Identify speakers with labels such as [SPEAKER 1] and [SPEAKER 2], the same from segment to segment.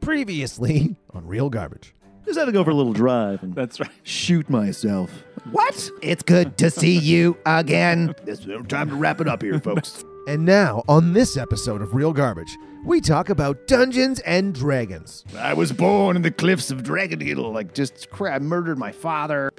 [SPEAKER 1] previously on Real Garbage.
[SPEAKER 2] Just had to go for a little drive and
[SPEAKER 3] That's right.
[SPEAKER 2] shoot myself.
[SPEAKER 1] What? It's good to see you again.
[SPEAKER 2] It's time to wrap it up here, folks.
[SPEAKER 1] And now, on this episode of Real Garbage, we talk about Dungeons and Dragons.
[SPEAKER 2] I was born in the cliffs of Dragon Needle. Like, just crap, I murdered my father.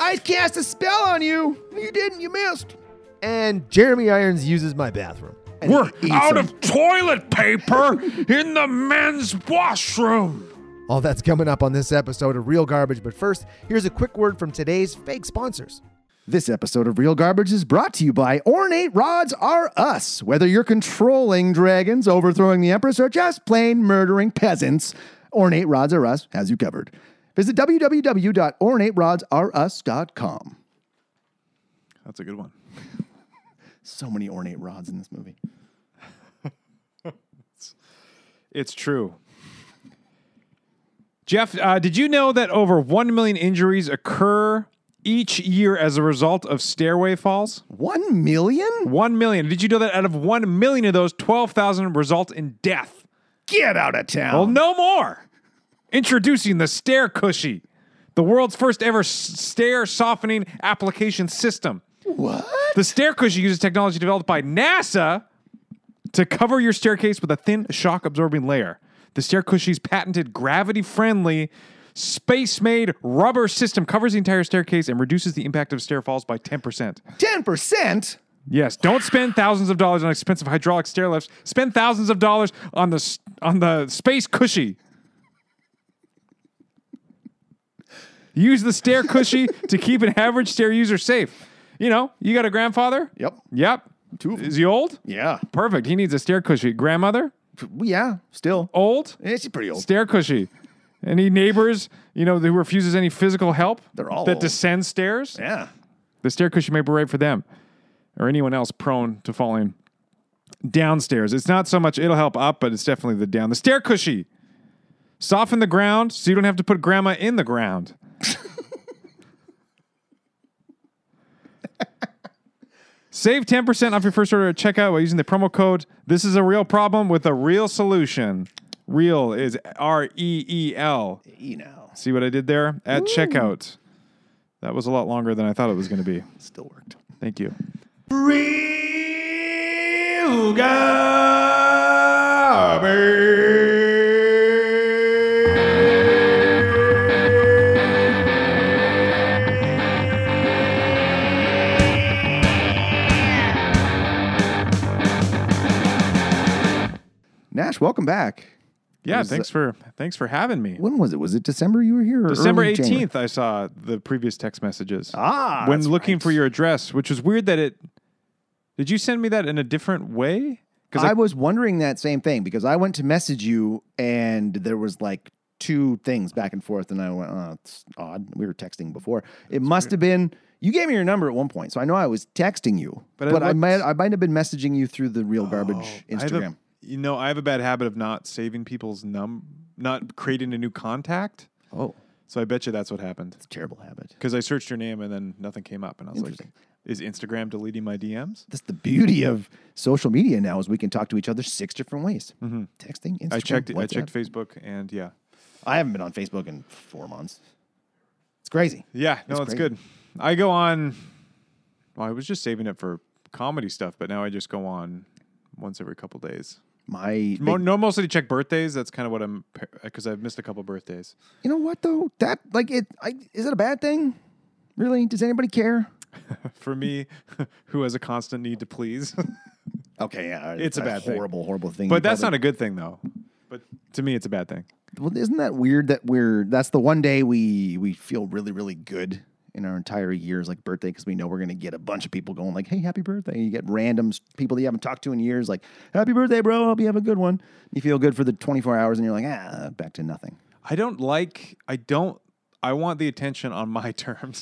[SPEAKER 1] I cast a spell on you. You didn't. You missed. And Jeremy Irons uses my bathroom.
[SPEAKER 4] We're out of toilet paper in the men's washroom.
[SPEAKER 1] All that's coming up on this episode of Real Garbage. But first, here's a quick word from today's fake sponsors.
[SPEAKER 2] This episode of Real Garbage is brought to you by Ornate Rods Are Us. Whether you're controlling dragons, overthrowing the empress, or just plain murdering peasants, Ornate Rods Are Us has you covered. Visit www.ornaterodsareus.com.
[SPEAKER 3] That's a good one.
[SPEAKER 2] So many ornate rods in this movie.
[SPEAKER 3] It's true. Jeff, uh, did you know that over 1 million injuries occur each year as a result of stairway falls?
[SPEAKER 2] One million?
[SPEAKER 3] 1 million. Did you know that out of 1 million of those, 12,000 result in death?
[SPEAKER 2] Get out of
[SPEAKER 3] Well,
[SPEAKER 2] town.
[SPEAKER 3] no more. Introducing the Stair Cushy, the world's first ever s- stair softening application system.
[SPEAKER 2] what?
[SPEAKER 3] The stair cushion uses technology developed by NASA to cover your staircase with a thin shock absorbing layer. The stair cushion's patented gravity friendly space made rubber system covers the entire staircase and reduces the impact of stair falls by 10%.
[SPEAKER 2] 10%?
[SPEAKER 3] Yes, don't spend thousands of dollars on expensive hydraulic stair lifts. Spend thousands of dollars on the s- on the space cushy. Use the stair cushy to keep an average stair user safe. You know, you got a grandfather?
[SPEAKER 2] Yep.
[SPEAKER 3] Yep.
[SPEAKER 2] Two of 'em.
[SPEAKER 3] Is he old?
[SPEAKER 2] Yeah.
[SPEAKER 3] Perfect. He needs a stair cushy. Grandmother?
[SPEAKER 2] Yeah, still.
[SPEAKER 3] Old?
[SPEAKER 2] Eh, She's pretty old.
[SPEAKER 3] Stair cushy. Any neighbors, you know, who refuses any physical help
[SPEAKER 2] They're all
[SPEAKER 3] that
[SPEAKER 2] old.
[SPEAKER 3] descends stairs?
[SPEAKER 2] Yeah.
[SPEAKER 3] The stair cushion may be right for them or anyone else prone to falling downstairs. It's not so much it'll help up, but it's definitely the down. The stair cushy. Soften the ground so you don't have to put grandma in the ground. Save 10% off your first order at checkout by using the promo code This is a real problem with a real solution. Real is R E E L.
[SPEAKER 2] You know,
[SPEAKER 3] See what I did there? At checkout. That was a lot longer than I thought it was going to be.
[SPEAKER 2] still worked.
[SPEAKER 3] Thank you.
[SPEAKER 2] Nash, welcome back.
[SPEAKER 3] Yeah,
[SPEAKER 2] was,
[SPEAKER 3] thanks for thanks for having me.
[SPEAKER 2] When was it? Was it December you were here? Or
[SPEAKER 3] December
[SPEAKER 2] early January?
[SPEAKER 3] 18th, I saw the previous text messages.
[SPEAKER 2] Ah,
[SPEAKER 3] when
[SPEAKER 2] that's
[SPEAKER 3] looking
[SPEAKER 2] right.
[SPEAKER 3] for your address, which was weird that it Did you send me that in a different way? Cuz
[SPEAKER 2] I was wondering that same thing because I went to message you and there was like two things back and forth, and I went, "Oh, it's odd." We were texting before. It must have been you gave me your number at one point, so I know I was texting you.
[SPEAKER 3] But
[SPEAKER 2] But, I
[SPEAKER 3] I looked- Oh,
[SPEAKER 2] might I might have been messaging you through the real garbage
[SPEAKER 3] I have a-
[SPEAKER 2] Instagram.
[SPEAKER 3] you know, I have a bad habit of not saving people's num not creating a new contact.
[SPEAKER 2] oh,
[SPEAKER 3] So I bet you that's what happened.
[SPEAKER 2] terrible habit.
[SPEAKER 3] Cuz I searched your name and then nothing came up and I was like,
[SPEAKER 2] Interesting.
[SPEAKER 3] is Instagram deleting my DMs?
[SPEAKER 2] That's the beauty of social media now is we can talk to each other six different ways: texting, Instagram.
[SPEAKER 3] Mm-hmm. I checked I
[SPEAKER 2] WhatsApp.
[SPEAKER 3] checked Facebook and yeah.
[SPEAKER 2] I haven't been on Facebook in four months. It's crazy.
[SPEAKER 3] Yeah, no,
[SPEAKER 2] That's
[SPEAKER 3] it's
[SPEAKER 2] crazy.
[SPEAKER 3] good. I go on. Well, I was just saving it for comedy stuff, but now I just go on once every couple days.
[SPEAKER 2] My
[SPEAKER 3] Mo- no, mostly to check birthdays. That's kind of what I'm because I've missed a couple birthdays.
[SPEAKER 2] You know what though? That like it I, is it a bad thing? Really? Does anybody care?
[SPEAKER 3] For me, who has a constant need to please,
[SPEAKER 2] Okay, yeah,
[SPEAKER 3] It's a bad thing.
[SPEAKER 2] horrible, horrible thing.
[SPEAKER 3] but that's not a good thing though. But to me, it's a bad thing.
[SPEAKER 2] well, isn't that weird that we're that's the one day we we feel really really good in our entire year's like birthday because we know we're gonna get a bunch of people going like, hey, happy birthday. You get random s- people that you haven't talked to in years like, happy birthday, bro. Hope you have a good one. You feel good for the 24 hours, and you're like, ah, back to nothing.
[SPEAKER 3] I don't like. I don't. I want the attention on my terms.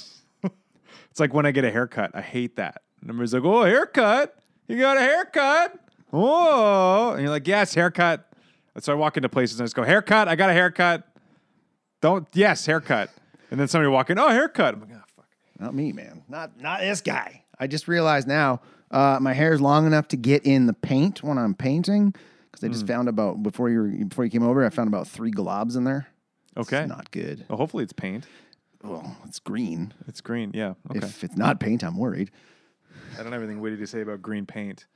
[SPEAKER 3] it's like when I get a haircut. I hate that. And everybody's like, "Oh, haircut! You got a haircut? Oh!" And you're like, "Yes, haircut." And so I walk into places and I just go, "Haircut! I got a haircut." Don't yes, haircut. And then somebody walk in, "Oh, haircut!" I'm like, "Ah, fuck."
[SPEAKER 2] Not me, man. Not not this guy. I just realized now uh, my hair is long enough to get in the paint when I'm painting because I
[SPEAKER 3] Hmm.
[SPEAKER 2] just found about before you were, before you came over. I found about three globs in there.
[SPEAKER 3] "Oh, Okay.
[SPEAKER 2] It's not good.
[SPEAKER 3] Well, hopefully it's paint.
[SPEAKER 2] Well, it's green.
[SPEAKER 3] It's green. Yeah. Okay.
[SPEAKER 2] If it's not paint, I'm worried.
[SPEAKER 3] I don't have anything witty to say about green paint,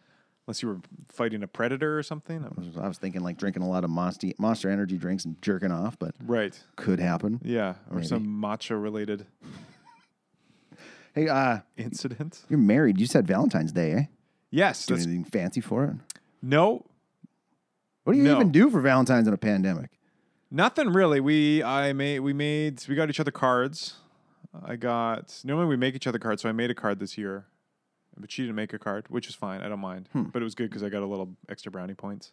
[SPEAKER 3] unless you were fighting a predator or something. I'm-
[SPEAKER 2] I was thinking like drinking a lot of monster Monster Energy drinks and jerking off, but
[SPEAKER 3] Right.
[SPEAKER 2] could happen.
[SPEAKER 3] Yeah. Or some matcha related
[SPEAKER 2] Hey, uh,
[SPEAKER 3] incident.
[SPEAKER 2] you're married. You said Valentine's Day, eh?
[SPEAKER 3] Yes.
[SPEAKER 2] Do
[SPEAKER 3] that's-
[SPEAKER 2] anything fancy for it?
[SPEAKER 3] no.
[SPEAKER 2] What do you
[SPEAKER 3] No.
[SPEAKER 2] even do for Valentine's in a pandemic?
[SPEAKER 3] Nothing really. We I made we made we got each other cards. I got normally we make each other cards, so I made a card this year, but she didn't make a card, which is fine. I don't mind, but it was good because I got a little extra brownie points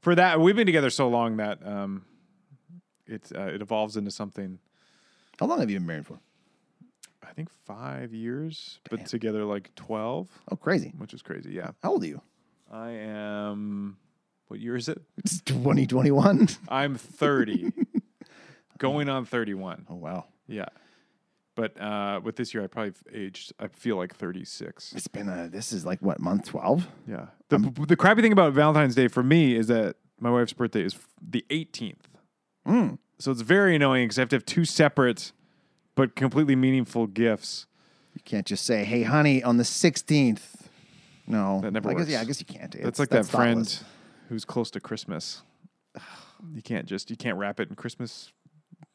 [SPEAKER 3] for that. We've been together so long that um, it uh, it evolves into something.
[SPEAKER 2] How long have you been married for?
[SPEAKER 3] I think five years, but together like twelve,
[SPEAKER 2] Oh, crazy.
[SPEAKER 3] which is crazy. Yeah,
[SPEAKER 2] How old are you?
[SPEAKER 3] I am. What year is it?
[SPEAKER 2] It's 2021.
[SPEAKER 3] I'm thirty, going on thirty-one.
[SPEAKER 2] Oh, wow.
[SPEAKER 3] Yeah. But uh, with this year, I probably f- aged, I feel like 36.
[SPEAKER 2] It's been, uh this is like what, month 12?
[SPEAKER 3] Yeah. The, the crappy thing about Valentine's Day for me is that my wife's birthday is f- the 18th. So it's very annoying because I have to have two separate but completely meaningful gifts.
[SPEAKER 2] You can't just say, hey, honey, on the 16th. No.
[SPEAKER 3] That never
[SPEAKER 2] I guess,
[SPEAKER 3] works.
[SPEAKER 2] Yeah, I guess you can't. It's-
[SPEAKER 3] That's like that
[SPEAKER 2] thoughtless.
[SPEAKER 3] friend who's close to Christmas. You can't just, you can't wrap it in Christmas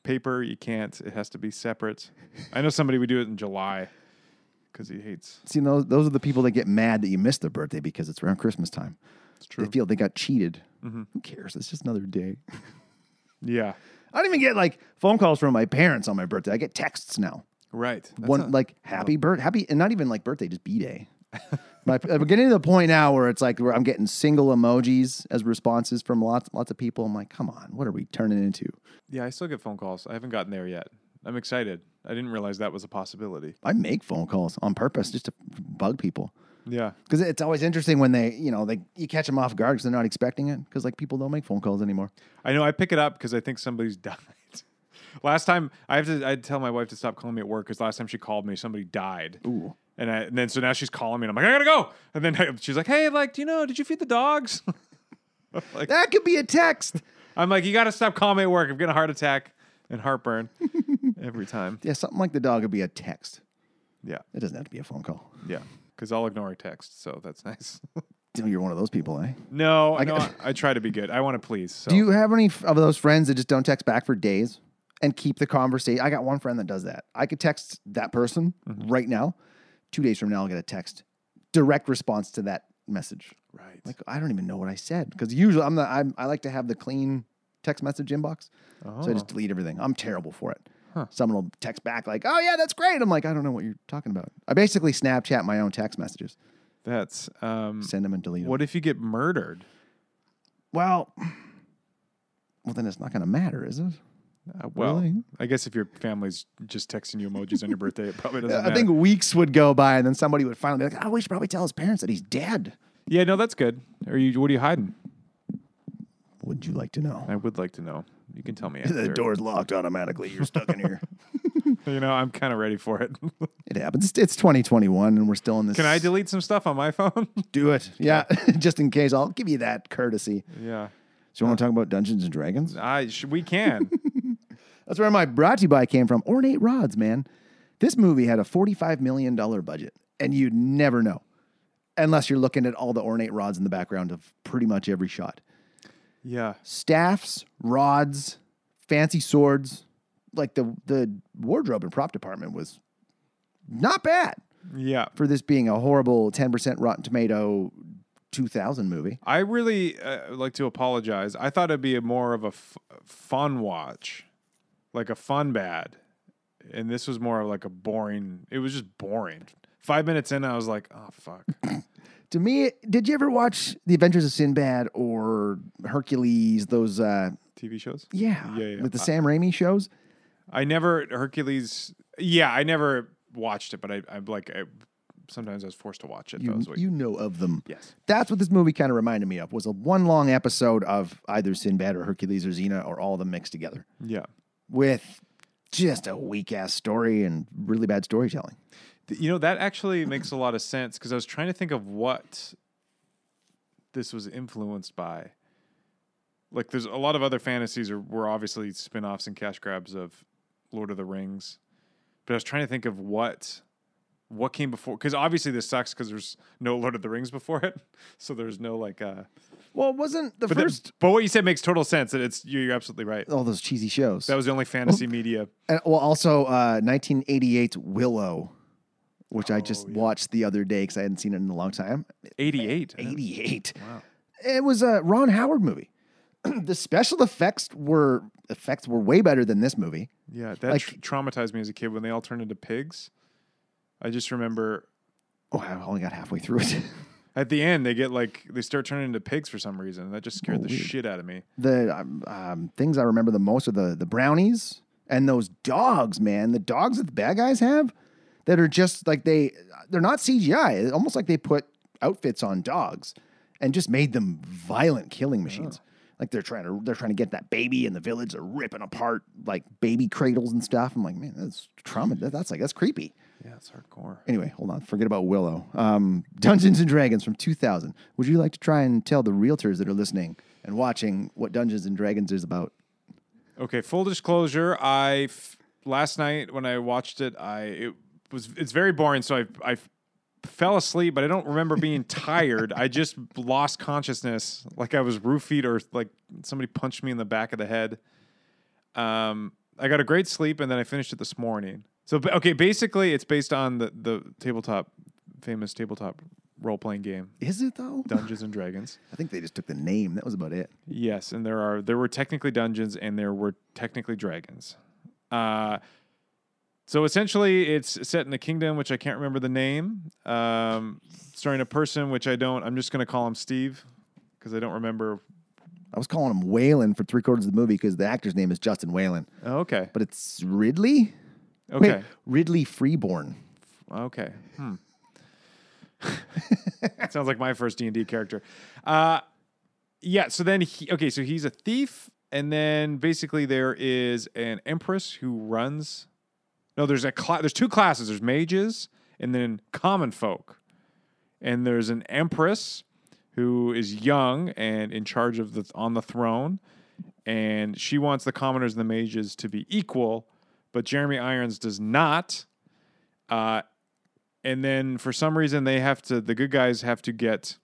[SPEAKER 3] paper. You can't, it has to be separate. I know somebody would do it in July because he hates.
[SPEAKER 2] See, those, those are the people that get mad that you missed their birthday because it's around Christmas time. It's
[SPEAKER 3] true. Mm-hmm.
[SPEAKER 2] They feel they got cheated. Who cares? It's just another day.
[SPEAKER 3] Yeah.
[SPEAKER 2] I don't even get like phone calls from my parents on my birthday. I get texts now.
[SPEAKER 3] Right. That's
[SPEAKER 2] One
[SPEAKER 3] not-
[SPEAKER 2] like happy birth, happy, and not even like birthday, just b day. My, I'm getting to the point now where it's like where I'm getting single emojis as responses from lots, lots of people. I'm like, come on, what are we turning into?
[SPEAKER 3] Yeah, I still get phone calls. I haven't gotten there yet. I'm excited. I didn't realize that was a possibility.
[SPEAKER 2] I make phone calls on purpose just to bug people
[SPEAKER 3] Yeah.
[SPEAKER 2] because it's always interesting when they, you know, they you catch them off guard because they're not expecting it because like people don't make phone calls anymore.
[SPEAKER 3] I know I pick it up because I think somebody's died. last time I have to I had to tell my wife to stop calling me at work because last time she called me, somebody died. Ooh. And, I, and then so now she's calling me and I'm like, I gotta go. And then I- she's like, Hey, like, do you know, did you feed the dogs? like
[SPEAKER 2] That could be a text.
[SPEAKER 3] I'm like, you gotta stop calling me at work. I'm getting a heart attack and heartburn every time.
[SPEAKER 2] yeah, something like the dog would be a text.
[SPEAKER 3] Yeah.
[SPEAKER 2] It doesn't have to be a phone call.
[SPEAKER 3] Yeah. Because I'll ignore a text, so that's nice.
[SPEAKER 2] Dude, You're one of those people, eh?
[SPEAKER 3] no, I
[SPEAKER 2] g-
[SPEAKER 3] no, I, I try to be good. I want to please. So.
[SPEAKER 2] Do you have any f- of those friends that just don't text back for days and keep the conversation? I got one friend that does that. I could text that person right now. Two days from now, I'll get a text direct response to that message.
[SPEAKER 3] right?
[SPEAKER 2] Like I don't even know what I said because usually I'm the I'm, I like to have the clean text message inbox, so I
[SPEAKER 3] Oh,
[SPEAKER 2] just delete everything. I'm terrible for it. Someone will text back like, "Oh yeah, that's great." I'm like, I don't know what you're talking about. I basically Snapchat my own text messages,
[SPEAKER 3] That's um
[SPEAKER 2] send them and delete them.
[SPEAKER 3] what if you get murdered?
[SPEAKER 2] Well, well then it's not going to matter, is it?
[SPEAKER 3] Uh, well,
[SPEAKER 2] Really?
[SPEAKER 3] I guess if your family's just texting you emojis on your birthday, it probably doesn't matter.
[SPEAKER 2] I think weeks would go by, and then somebody would finally be like, "Oh, we should probably tell his parents that he's dead."
[SPEAKER 3] yeah, no, that's good. Are you what are you hiding?
[SPEAKER 2] Would you like to know?
[SPEAKER 3] I would like to know. You can tell me
[SPEAKER 2] The
[SPEAKER 3] after.
[SPEAKER 2] door's locked automatically. You're stuck in here.
[SPEAKER 3] You know, I'm kind of ready for it.
[SPEAKER 2] It happens. It's- It's 2021, and we're still in this.
[SPEAKER 3] can I delete some stuff on my phone?
[SPEAKER 2] do it? Yeah, just in case. I'll give you that courtesy.
[SPEAKER 3] yeah.
[SPEAKER 2] So you want to talk about Dungeons and Dragons?
[SPEAKER 3] I sh- we can.
[SPEAKER 2] That's where my brought to you by came from. Ornate Rods, man. This movie had a $45 million budget, and you'd never know unless you're looking at all the ornate rods in the background of pretty much every shot.
[SPEAKER 3] yeah.
[SPEAKER 2] staffs, rods, fancy swords. Like the the wardrobe and prop department was not bad
[SPEAKER 3] Yeah.
[SPEAKER 2] for this being a horrible 10% Rotten Tomato 2000 movie.
[SPEAKER 3] I really uh, like to apologize. I thought it'd be a more of a f- fun watch, like a fun bad, and this was more of like a boring. It was just boring. Five minutes in, I was like, "Oh fuck!"
[SPEAKER 2] To me, did you ever watch The Adventures of Sinbad or Hercules? Those, uh,
[SPEAKER 3] TV shows.
[SPEAKER 2] yeah,
[SPEAKER 3] Yeah, yeah.
[SPEAKER 2] with the Sam Raimi shows.
[SPEAKER 3] I never Hercules. Yeah, I never watched it, but I, I'm like, I, sometimes I was forced to watch it. that
[SPEAKER 2] You,
[SPEAKER 3] was what-
[SPEAKER 2] you know of them.
[SPEAKER 3] yes,
[SPEAKER 2] That's what this movie kind of reminded me of was a one long episode of either Sinbad or Hercules or Xena or all of them mixed together.
[SPEAKER 3] yeah.
[SPEAKER 2] with just a weak ass story and really bad storytelling.
[SPEAKER 3] Th- You know that actually makes a lot of sense because I was trying to think of what this was influenced by, like there's a lot of other fantasies are, were obviously spin-offs and cash grabs of Lord of the Rings. But I was trying to think of what what came before cuz obviously this sucks cuz there's no Lord of the Rings before it. So there's no like uh
[SPEAKER 2] Well, it wasn't the
[SPEAKER 3] but, the-
[SPEAKER 2] first
[SPEAKER 3] but what you said makes total sense and it's you're, you're absolutely right.
[SPEAKER 2] all those cheesy shows.
[SPEAKER 3] That was the only fantasy media.
[SPEAKER 2] and, well, also uh, 1988's Willow, which
[SPEAKER 3] Oh,
[SPEAKER 2] I just watched the other day because I hadn't seen it in a long time.
[SPEAKER 3] 88.
[SPEAKER 2] 88. Wow. It was a Ron Howard movie. the special effects were effects were way better than this movie.
[SPEAKER 3] Yeah, that
[SPEAKER 2] Like-
[SPEAKER 3] tr- traumatized me as a kid when they all turned into pigs. I just remember
[SPEAKER 2] Oh, I only got halfway through it.
[SPEAKER 3] at the end they get like they start turning into pigs for some reason. and That just scared
[SPEAKER 2] Oh,
[SPEAKER 3] the
[SPEAKER 2] weird.
[SPEAKER 3] shit out of me.
[SPEAKER 2] the um, um, things I remember the most are the the brownies and those dogs, man. The dogs that the bad guys have that are just like they they're not CGI. It's almost like they put outfits on dogs and just made them violent killing machines. Like they're trying to they're trying to get that baby in the village. They're ripping apart like baby cradles and stuff. I'm like, man, that's trauma. That, that's like that's creepy.
[SPEAKER 3] Yeah, it's hardcore.
[SPEAKER 2] Anyway, hold on. Forget about Willow. Um, Dungeons and Dragons from 2000. Would you like to try and tell the realtors that are listening and watching what Dungeons and Dragons is about?
[SPEAKER 3] Okay, full disclosure, I f- last night when I watched it, I it was it's very boring, so I I fell asleep, but I don't remember being tired. I just lost consciousness, like I was roofied or like somebody punched me in the back of the head. Um, I got a great sleep, and then I finished it this morning. So ba- okay, basically, it's based on the the tabletop famous tabletop role playing game
[SPEAKER 2] Is it though?
[SPEAKER 3] Dungeons and Dragons.
[SPEAKER 2] I think they just took the name. That was about it.
[SPEAKER 3] Yes, and there are there were technically dungeons and there were technically dragons. Uh, so essentially, it's set in a kingdom which I can't remember the name, um, starring a person which I don't. I'm just going to call him Steve because I don't remember.
[SPEAKER 2] I was calling him Whalen for three quarters of the movie because the actor's name is Justin Whalen,
[SPEAKER 3] Oh, okay,
[SPEAKER 2] but it's Ridley.
[SPEAKER 3] okay,
[SPEAKER 2] Wait, Ridley Freeborn.
[SPEAKER 3] okay. Hmm. Sounds like my first D and D character. Uh, yeah. So then, he, okay. So he's a thief, and then basically there is an empress who runs. No, there's a cla- there's two classes. There's mages and then common folk, and there's an empress who is young and in charge of the on the throne, and she wants the commoners and the mages to be equal, but Jeremy Irons does not. Uh, and then for some reason they have to the good guys have to get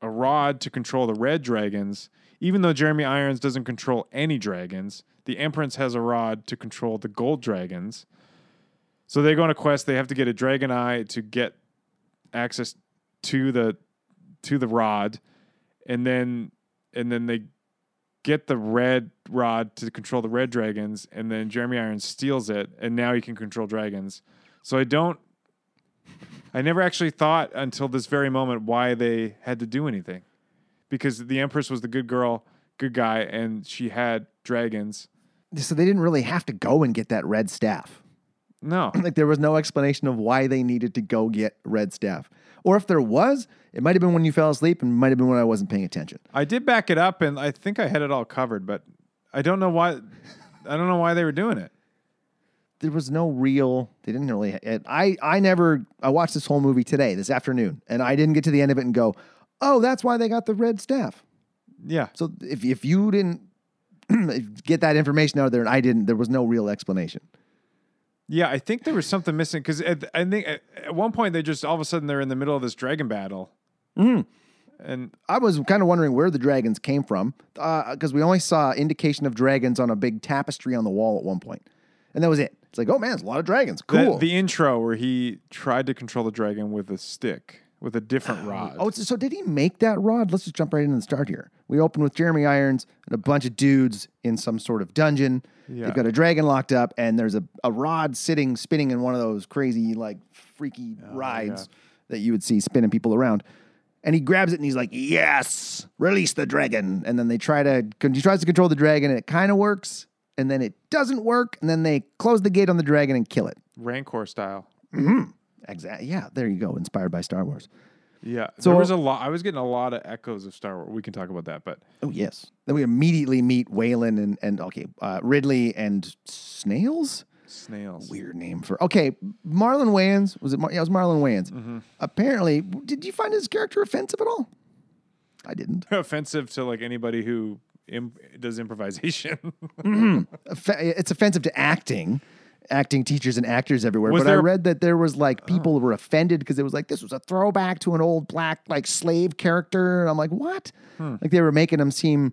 [SPEAKER 3] a rod to control the red dragons even though jeremy irons doesn't control any dragons the empress has a rod to control the gold dragons so they go on a quest they have to get a dragon eye to get access to the to the rod and then and then they get the red rod to control the red dragons and then jeremy irons steals it and now he can control dragons so I don't. I never actually thought until this very moment why they had to do anything, because the Empress was the good girl, good guy, and she had dragons.
[SPEAKER 2] So they didn't really have to go and get that red staff.
[SPEAKER 3] No,
[SPEAKER 2] Like there was no explanation of why they needed to go get red staff. Or if there was, it might have been when you fell asleep and might have been when I wasn't paying attention.
[SPEAKER 3] I did back it up, and I think I had it all covered, but I don't know why. I don't know why they were doing it.
[SPEAKER 2] there was no real they didn't really it, i i never i watched this whole movie today this afternoon and i didn't get to the end of it and go oh that's why they got the red staff
[SPEAKER 3] Yeah,
[SPEAKER 2] so if, if you didn't get that information out of there and i didn't there was no real explanation
[SPEAKER 3] yeah. I think there was something missing because I think at, at one point they just all of a sudden they're in the middle of this dragon battle,
[SPEAKER 2] Mm.
[SPEAKER 3] and
[SPEAKER 2] i was kind of wondering where the dragons came from because we only saw indication of dragons on a big tapestry on the wall at one point and that was it it's like oh man there's a lot of dragons
[SPEAKER 3] the-
[SPEAKER 2] cool
[SPEAKER 3] the, intro where he tried to control the dragon with a stick with a different rod.
[SPEAKER 2] Oh, so, so did he make that rod? Let's just jump right in and start here. We open with Jeremy Irons and a bunch of dudes in some sort of dungeon.
[SPEAKER 3] Yeah.
[SPEAKER 2] They've got a dragon locked up, and there's a, a rod sitting, spinning in one of those crazy, like, freaky rides that you would see spinning people around. And he grabs it and he's like, Yes, release the dragon. And then they try to, he tries to control the dragon, and it kind of works. And then it doesn't work. And then they close the gate on the dragon and kill it.
[SPEAKER 3] Rancor style.
[SPEAKER 2] Exactly. Yeah, there you go. Inspired by Star Wars.
[SPEAKER 3] Yeah.
[SPEAKER 2] So-
[SPEAKER 3] there was a lot. I was getting a lot of echoes of Star Wars. We can talk about that, but
[SPEAKER 2] Oh yes. Then we immediately meet Waylon and and okay, uh, Ridley and Snails.
[SPEAKER 3] snails.
[SPEAKER 2] Weird name for okay. Marlon Wayans was it? Mar- yeah, it was Marlon Wayans. Apparently, did you find his character offensive at all? I didn't.
[SPEAKER 3] offensive to like anybody who imp- does improvisation.
[SPEAKER 2] Offe- It's offensive to acting, acting teachers and actors everywhere.
[SPEAKER 3] Was
[SPEAKER 2] but I
[SPEAKER 3] there- Oh.
[SPEAKER 2] read that there was like people were offended because it was like this was a throwback to an old black like slave character. And I'm like, what?
[SPEAKER 3] Hmm.
[SPEAKER 2] Like they were making him seem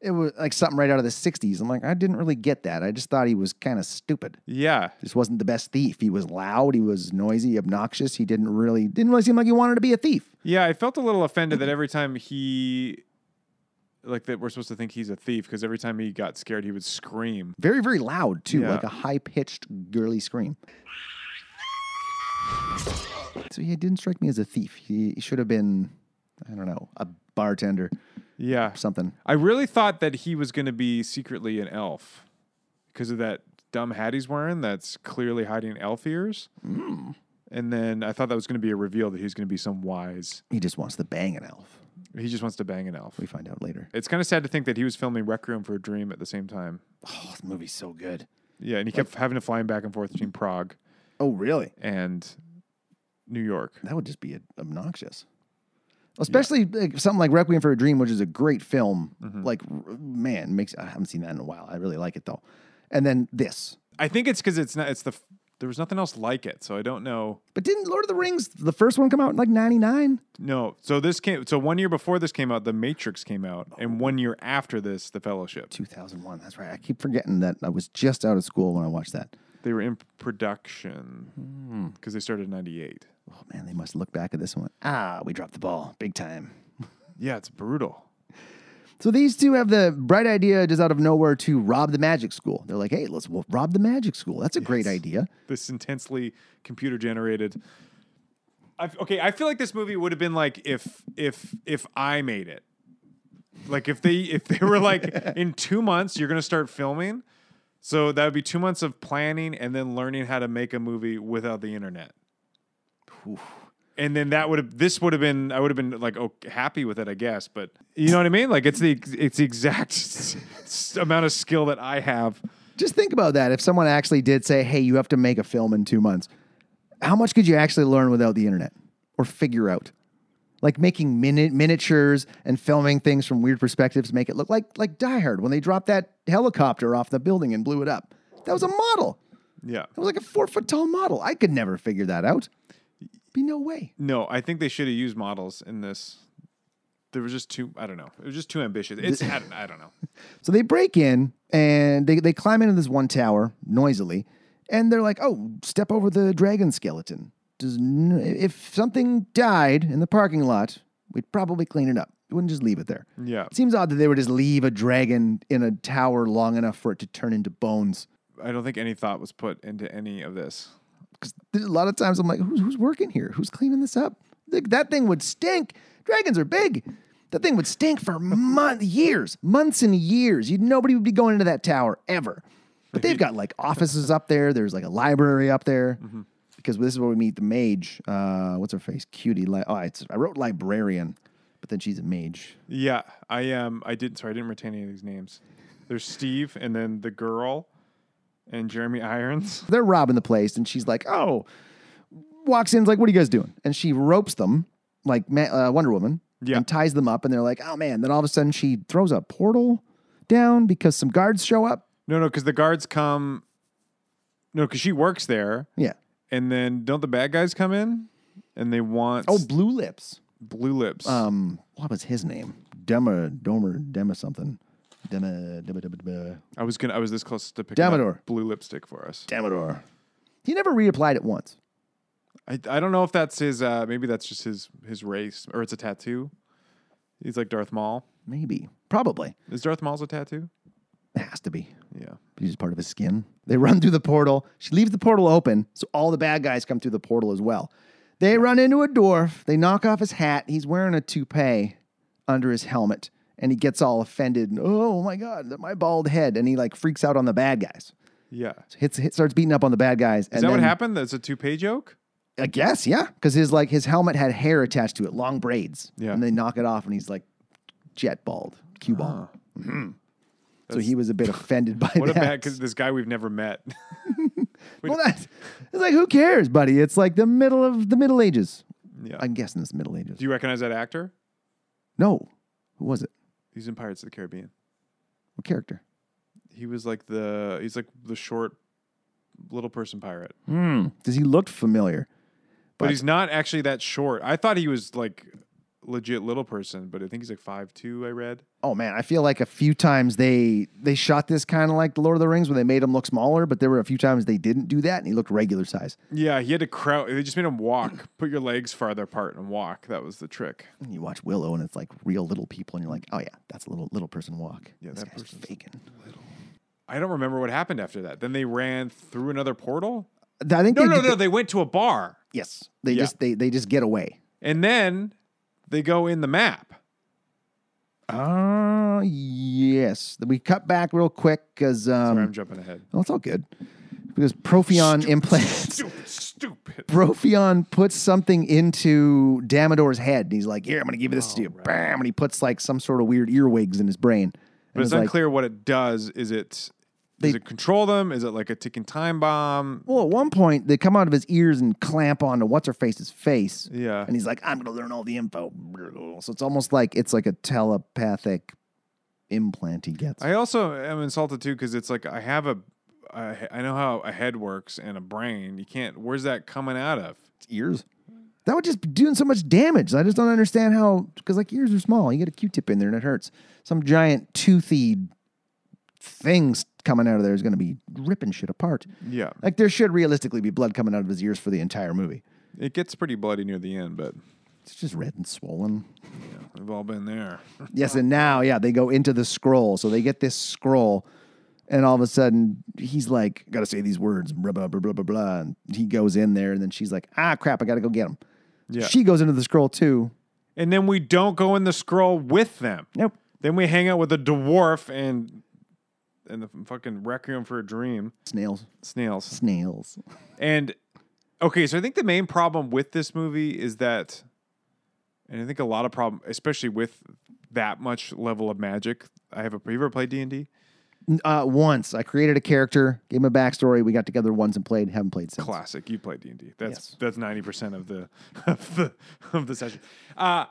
[SPEAKER 2] it was like something right out of the '60s. I'm like, I didn't really get that. I just thought he was kind of stupid.
[SPEAKER 3] yeah.
[SPEAKER 2] Just wasn't the best thief. He was loud. He was noisy, obnoxious. He didn't really didn't really seem like he wanted to be a thief.
[SPEAKER 3] Yeah, I felt a little offended that every time he like that we're supposed to think he's a thief because every time he got scared he would scream.
[SPEAKER 2] Very very loud too,
[SPEAKER 3] Yeah.
[SPEAKER 2] like a high pitched girly scream. So he didn't strike me as a thief. He should have been, I don't know, a bartender,
[SPEAKER 3] Yeah.
[SPEAKER 2] something.
[SPEAKER 3] I really thought that he was going to be secretly an elf because of that dumb hat he's wearing that's clearly hiding elf ears. Hmm. And then I thought that was going to be a reveal that he was going to be some wise.
[SPEAKER 2] He just wants to bang an elf.
[SPEAKER 3] He just wants to bang an elf.
[SPEAKER 2] We find out later.
[SPEAKER 3] It's kind of sad to think that he was filming Rec Room for a Dream at the same time.
[SPEAKER 2] Oh, this movie's so good.
[SPEAKER 3] Yeah, and he kept having to fly him back and forth between Prague
[SPEAKER 2] Oh, really?
[SPEAKER 3] and New York.
[SPEAKER 2] That would just be obnoxious. Especially like, something like Requiem for a Dream, which is a great film. Like, r- man, makes I haven't seen that in a while. I really like it though. And then this,
[SPEAKER 3] I think it's because it's not. It's the f- there was nothing else like it, so I don't know.
[SPEAKER 2] but didn't Lord of the Rings the first one come out in like '99?
[SPEAKER 3] No, so this came. So one year before this came out, The Matrix came out, and one year after this, The Fellowship.
[SPEAKER 2] 2001. That's right. I keep forgetting that I was just out of school when I watched that.
[SPEAKER 3] They were in production because they started in '98.
[SPEAKER 2] Oh man, they must look back at this one. Ah, we dropped the ball big time.
[SPEAKER 3] Yeah, it's brutal.
[SPEAKER 2] So these two have the bright idea just out of nowhere to rob the magic school. They're like, hey, let's w- rob the magic school. That's a great idea.
[SPEAKER 3] This intensely computer generated. i okay, I feel like this movie would have been like if if if I made it. Like if they if they were like in two months you're gonna start filming, so that would be two months of planning and then learning how to make a movie without the internet. And then that would have this would have been I would have been like oh, happy with it I guess, but you know what I mean? Like it's the ex- it's the exact s- s- amount of skill that I have.
[SPEAKER 2] Just think about that. If someone actually did say, hey, you have to make a film in two months, how much could you actually learn without the internet or figure out? Like making mini- miniatures and filming things from weird perspectives make it look like like Die Hard when they dropped that helicopter off the building and blew it up. That was a model.
[SPEAKER 3] Yeah.
[SPEAKER 2] It was like a four foot tall model. I could never figure that out. Be no way.
[SPEAKER 3] No, I think they should have used models in this. There was just too. I don't know. It was just too ambitious. It's. I don't, I don't know.
[SPEAKER 2] So they break in and they, they climb into this one tower noisily, and they're like, "Oh, step over the dragon skeleton." Does n- if something died in the parking lot, we'd probably clean it up. We wouldn't just leave it there.
[SPEAKER 3] Yeah,
[SPEAKER 2] It seems odd that they would just leave a dragon in a tower long enough for it to turn into bones.
[SPEAKER 3] I don't think any thought was put into any of this.
[SPEAKER 2] Because a lot of times I'm like, who's, who's working here? Who's cleaning this up? Like, that thing would stink. Dragons are big. That thing would stink for months, years, months and years. You nobody would be going into that tower ever. But they've got like offices up there. There's like a library up there. Because this is where we meet the mage. Uh, what's her face? Cutie. Li- oh, it's, I wrote librarian, but then she's a mage.
[SPEAKER 3] Yeah, I Um, I didn't. Sorry, I didn't retain any of these names. There's Steve, and then the girl, and Jeremy Irons.
[SPEAKER 2] They're robbing the place, and she's like, "Oh," walks in, is like, "What are you guys doing?" And she ropes them like Ma- uh, Wonder Woman,
[SPEAKER 3] Yeah.
[SPEAKER 2] and ties them up, and they're like, "Oh man!" Then all of a sudden, she throws a portal down because some guards show up.
[SPEAKER 3] No, no, because the guards come. No, because she works there,
[SPEAKER 2] Yeah.
[SPEAKER 3] and then don't the bad guys come in, and they want
[SPEAKER 2] Oh, Blue Lips.
[SPEAKER 3] blue lips.
[SPEAKER 2] Um, what was his name? Dema, Domer, Dema something. Dema, Dema, Dema, Dema.
[SPEAKER 3] I was gonna. I was this close to picking up
[SPEAKER 2] Damador.
[SPEAKER 3] blue lipstick for us.
[SPEAKER 2] Damador. He never reapplied it once.
[SPEAKER 3] I, I don't know if that's his uh maybe that's just his his race or it's a tattoo. He's like Darth Maul.
[SPEAKER 2] Maybe, probably,
[SPEAKER 3] Is Darth Maul's a tattoo?
[SPEAKER 2] it has to be.
[SPEAKER 3] Yeah.
[SPEAKER 2] He's just part of his skin. They run through the portal. She leaves the portal open, so all the bad guys come through the portal as well. They run into a dwarf. They knock off his hat. He's wearing a toupee under his helmet, and he gets all offended. And, oh my god, my bald head! And he like freaks out on the bad guys.
[SPEAKER 3] Yeah.
[SPEAKER 2] So hits, hits starts beating up on the bad guys.
[SPEAKER 3] Is that what happened? That's a two pay joke?
[SPEAKER 2] I guess, yeah, because his like his helmet had hair attached to it, long braids.
[SPEAKER 3] Yeah.
[SPEAKER 2] and they knock it off, and he's like jet bald, cue bald. So he was a bit offended by
[SPEAKER 3] Uh-huh. Hmm. What
[SPEAKER 2] that.
[SPEAKER 3] a bad cause this guy we've never met.
[SPEAKER 2] Well, that's it's like who cares, buddy? It's like the middle of the Middle Ages.
[SPEAKER 3] yeah.
[SPEAKER 2] I'm guessing it's Middle Ages.
[SPEAKER 3] Do you recognize that actor?
[SPEAKER 2] no, Who was it?
[SPEAKER 3] He's in Pirates of the Caribbean.
[SPEAKER 2] What character?
[SPEAKER 3] He was like the he's like the short little person pirate.
[SPEAKER 2] Hmm. Does he look familiar?
[SPEAKER 3] But
[SPEAKER 2] But-
[SPEAKER 3] he's not actually that short. I thought he was like legit little person, but I think he's like five two. I read.
[SPEAKER 2] Oh man, I feel like a few times they they shot this kind of like the Lord of the Rings where they made him look smaller, but there were a few times they didn't do that and he looked regular size.
[SPEAKER 3] Yeah, he had to crouch. They just made him walk. Put your legs farther apart and walk. That was the trick.
[SPEAKER 2] And you watch Willow and it's like real little people and you're like, oh yeah, that's a little little person walk.
[SPEAKER 3] Yeah,
[SPEAKER 2] this
[SPEAKER 3] that
[SPEAKER 2] guy's
[SPEAKER 3] person's
[SPEAKER 2] faking.
[SPEAKER 3] I don't remember what happened after that. Then they ran through another portal.
[SPEAKER 2] Th- I think
[SPEAKER 3] No,
[SPEAKER 2] they
[SPEAKER 3] no,
[SPEAKER 2] did
[SPEAKER 3] no.
[SPEAKER 2] the-
[SPEAKER 3] They went to a bar
[SPEAKER 2] yes, they
[SPEAKER 3] Yeah.
[SPEAKER 2] just they they just get away.
[SPEAKER 3] and then they go in the map.
[SPEAKER 2] Ah, yes. We cut back real quick because
[SPEAKER 3] Sorry, I'm
[SPEAKER 2] um,
[SPEAKER 3] jumping ahead.
[SPEAKER 2] oh, it's all good because Profion implants.
[SPEAKER 3] Stupid, stupid.
[SPEAKER 2] Profion puts something into Damodar's head, and he's like, "Here, I'm gonna give you this
[SPEAKER 3] Oh,
[SPEAKER 2] to you." Bam, and he puts like some sort of weird earwigs in his brain.
[SPEAKER 3] But
[SPEAKER 2] And
[SPEAKER 3] it's
[SPEAKER 2] it's like,
[SPEAKER 3] unclear what it does. Is it does
[SPEAKER 2] They-
[SPEAKER 3] it control them? Is it like a ticking time bomb?
[SPEAKER 2] well, at one point they come out of his ears and clamp onto what's her face's face,
[SPEAKER 3] Yeah.
[SPEAKER 2] and he's like, "I'm gonna learn all the info." So it's almost like it's like a telepathic implant he gets.
[SPEAKER 3] I also am insulted too because it's like I have a, I, I know how a head works and a brain. You can't. Where's that coming out of?
[SPEAKER 2] ears. That would just be doing so much damage. I just don't understand how, because like ears are small. You get a Q-tip in there and it hurts. Some giant toothy things coming out of there is going to be ripping shit apart.
[SPEAKER 3] Yeah,
[SPEAKER 2] Like there should realistically be blood coming out of his ears for the entire movie.
[SPEAKER 3] it gets pretty bloody near the end, but
[SPEAKER 2] It's just red and swollen.
[SPEAKER 3] we've all been there.
[SPEAKER 2] Yes, and now, yeah, they go into the scroll. So they get this scroll, and all of a sudden, he's like, "Got to say these words, blah blah blah blah blah blah." And he goes in there, and then she's like, "Ah, crap, I got to go get him."
[SPEAKER 3] Yeah.
[SPEAKER 2] She goes into the scroll too.
[SPEAKER 3] And then we don't go in the scroll with them.
[SPEAKER 2] Nope.
[SPEAKER 3] Then we hang out with a dwarf and and the fucking Requiem for a Dream
[SPEAKER 2] Snails.
[SPEAKER 3] snails.
[SPEAKER 2] snails.
[SPEAKER 3] And okay, so I think the main problem with this movie is that, and I think a lot of problem, especially with that much level of magic. I have a. Have you ever played D and D?
[SPEAKER 2] Uh, once I created a character, gave him a backstory. We got together once and played. Haven't played since.
[SPEAKER 3] Classic. You played D and D. That's
[SPEAKER 2] Yes.
[SPEAKER 3] that's ninety percent of the of the of the session. Uh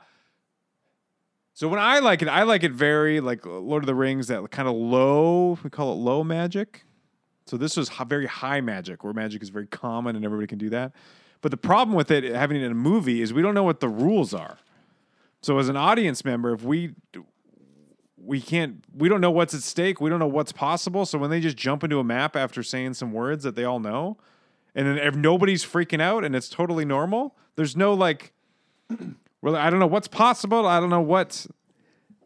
[SPEAKER 3] so when I like it, I like it very like Lord of the Rings. That kind of low. We call it low magic. So this was hi- very high magic, where magic is very common and everybody can do that. But the problem with it having it in a movie is we don't know what the rules are. So as an audience member, if we we can't we don't know what's at stake, we don't know what's possible. So when they just jump into a map after saying some words that they all know, and then if nobody's freaking out and it's totally normal, there's no like well, I don't know what's possible. I don't know what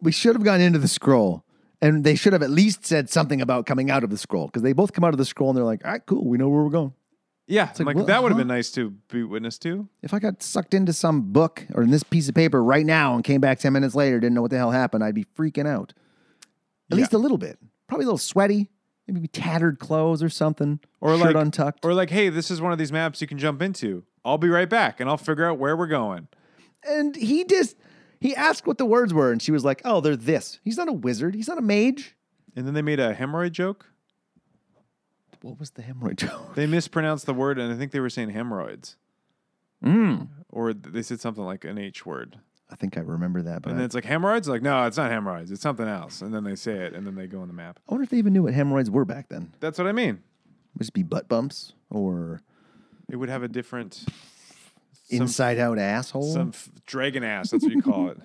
[SPEAKER 2] We should have gone into the scroll, and they should have at least said something about coming out of the scroll because they both come out of the scroll and they're like, "All right, cool, we know where we're going."
[SPEAKER 3] yeah, I'm like,
[SPEAKER 2] like, what-
[SPEAKER 3] that would have
[SPEAKER 2] huh?
[SPEAKER 3] been nice to be witness to.
[SPEAKER 2] If I got sucked into some book or in this piece of paper right now and came back ten minutes later, didn't know what the hell happened, I'd be freaking out. At
[SPEAKER 3] Yeah.
[SPEAKER 2] least a little bit. Probably a little sweaty. Maybe tattered clothes or something.
[SPEAKER 3] Or
[SPEAKER 2] shirt
[SPEAKER 3] like-
[SPEAKER 2] untucked.
[SPEAKER 3] Or like, hey, this is one of these maps you can jump into. I'll be right back and I'll figure out where we're going.
[SPEAKER 2] and he just he asked what the words were, and she was like, "Oh, they're this." He's not a wizard. He's not a mage.
[SPEAKER 3] And then they made a hemorrhoid joke.
[SPEAKER 2] What was the hemorrhoid joke?
[SPEAKER 3] They mispronounced the word and I think they were saying hemorrhoids.
[SPEAKER 2] Hmm.
[SPEAKER 3] Or th- they said something like an H word.
[SPEAKER 2] I think I remember that, but
[SPEAKER 3] And then
[SPEAKER 2] I,
[SPEAKER 3] it's like hemorrhoids? Like, no, it's not hemorrhoids. It's something else. And then they say it and then they go on the map.
[SPEAKER 2] I wonder if they even knew what hemorrhoids were back then.
[SPEAKER 3] That's what I mean.
[SPEAKER 2] Would just be butt bumps or
[SPEAKER 3] It would have a different some-
[SPEAKER 2] inside out asshole.
[SPEAKER 3] Some f- dragon ass. That's what you call it.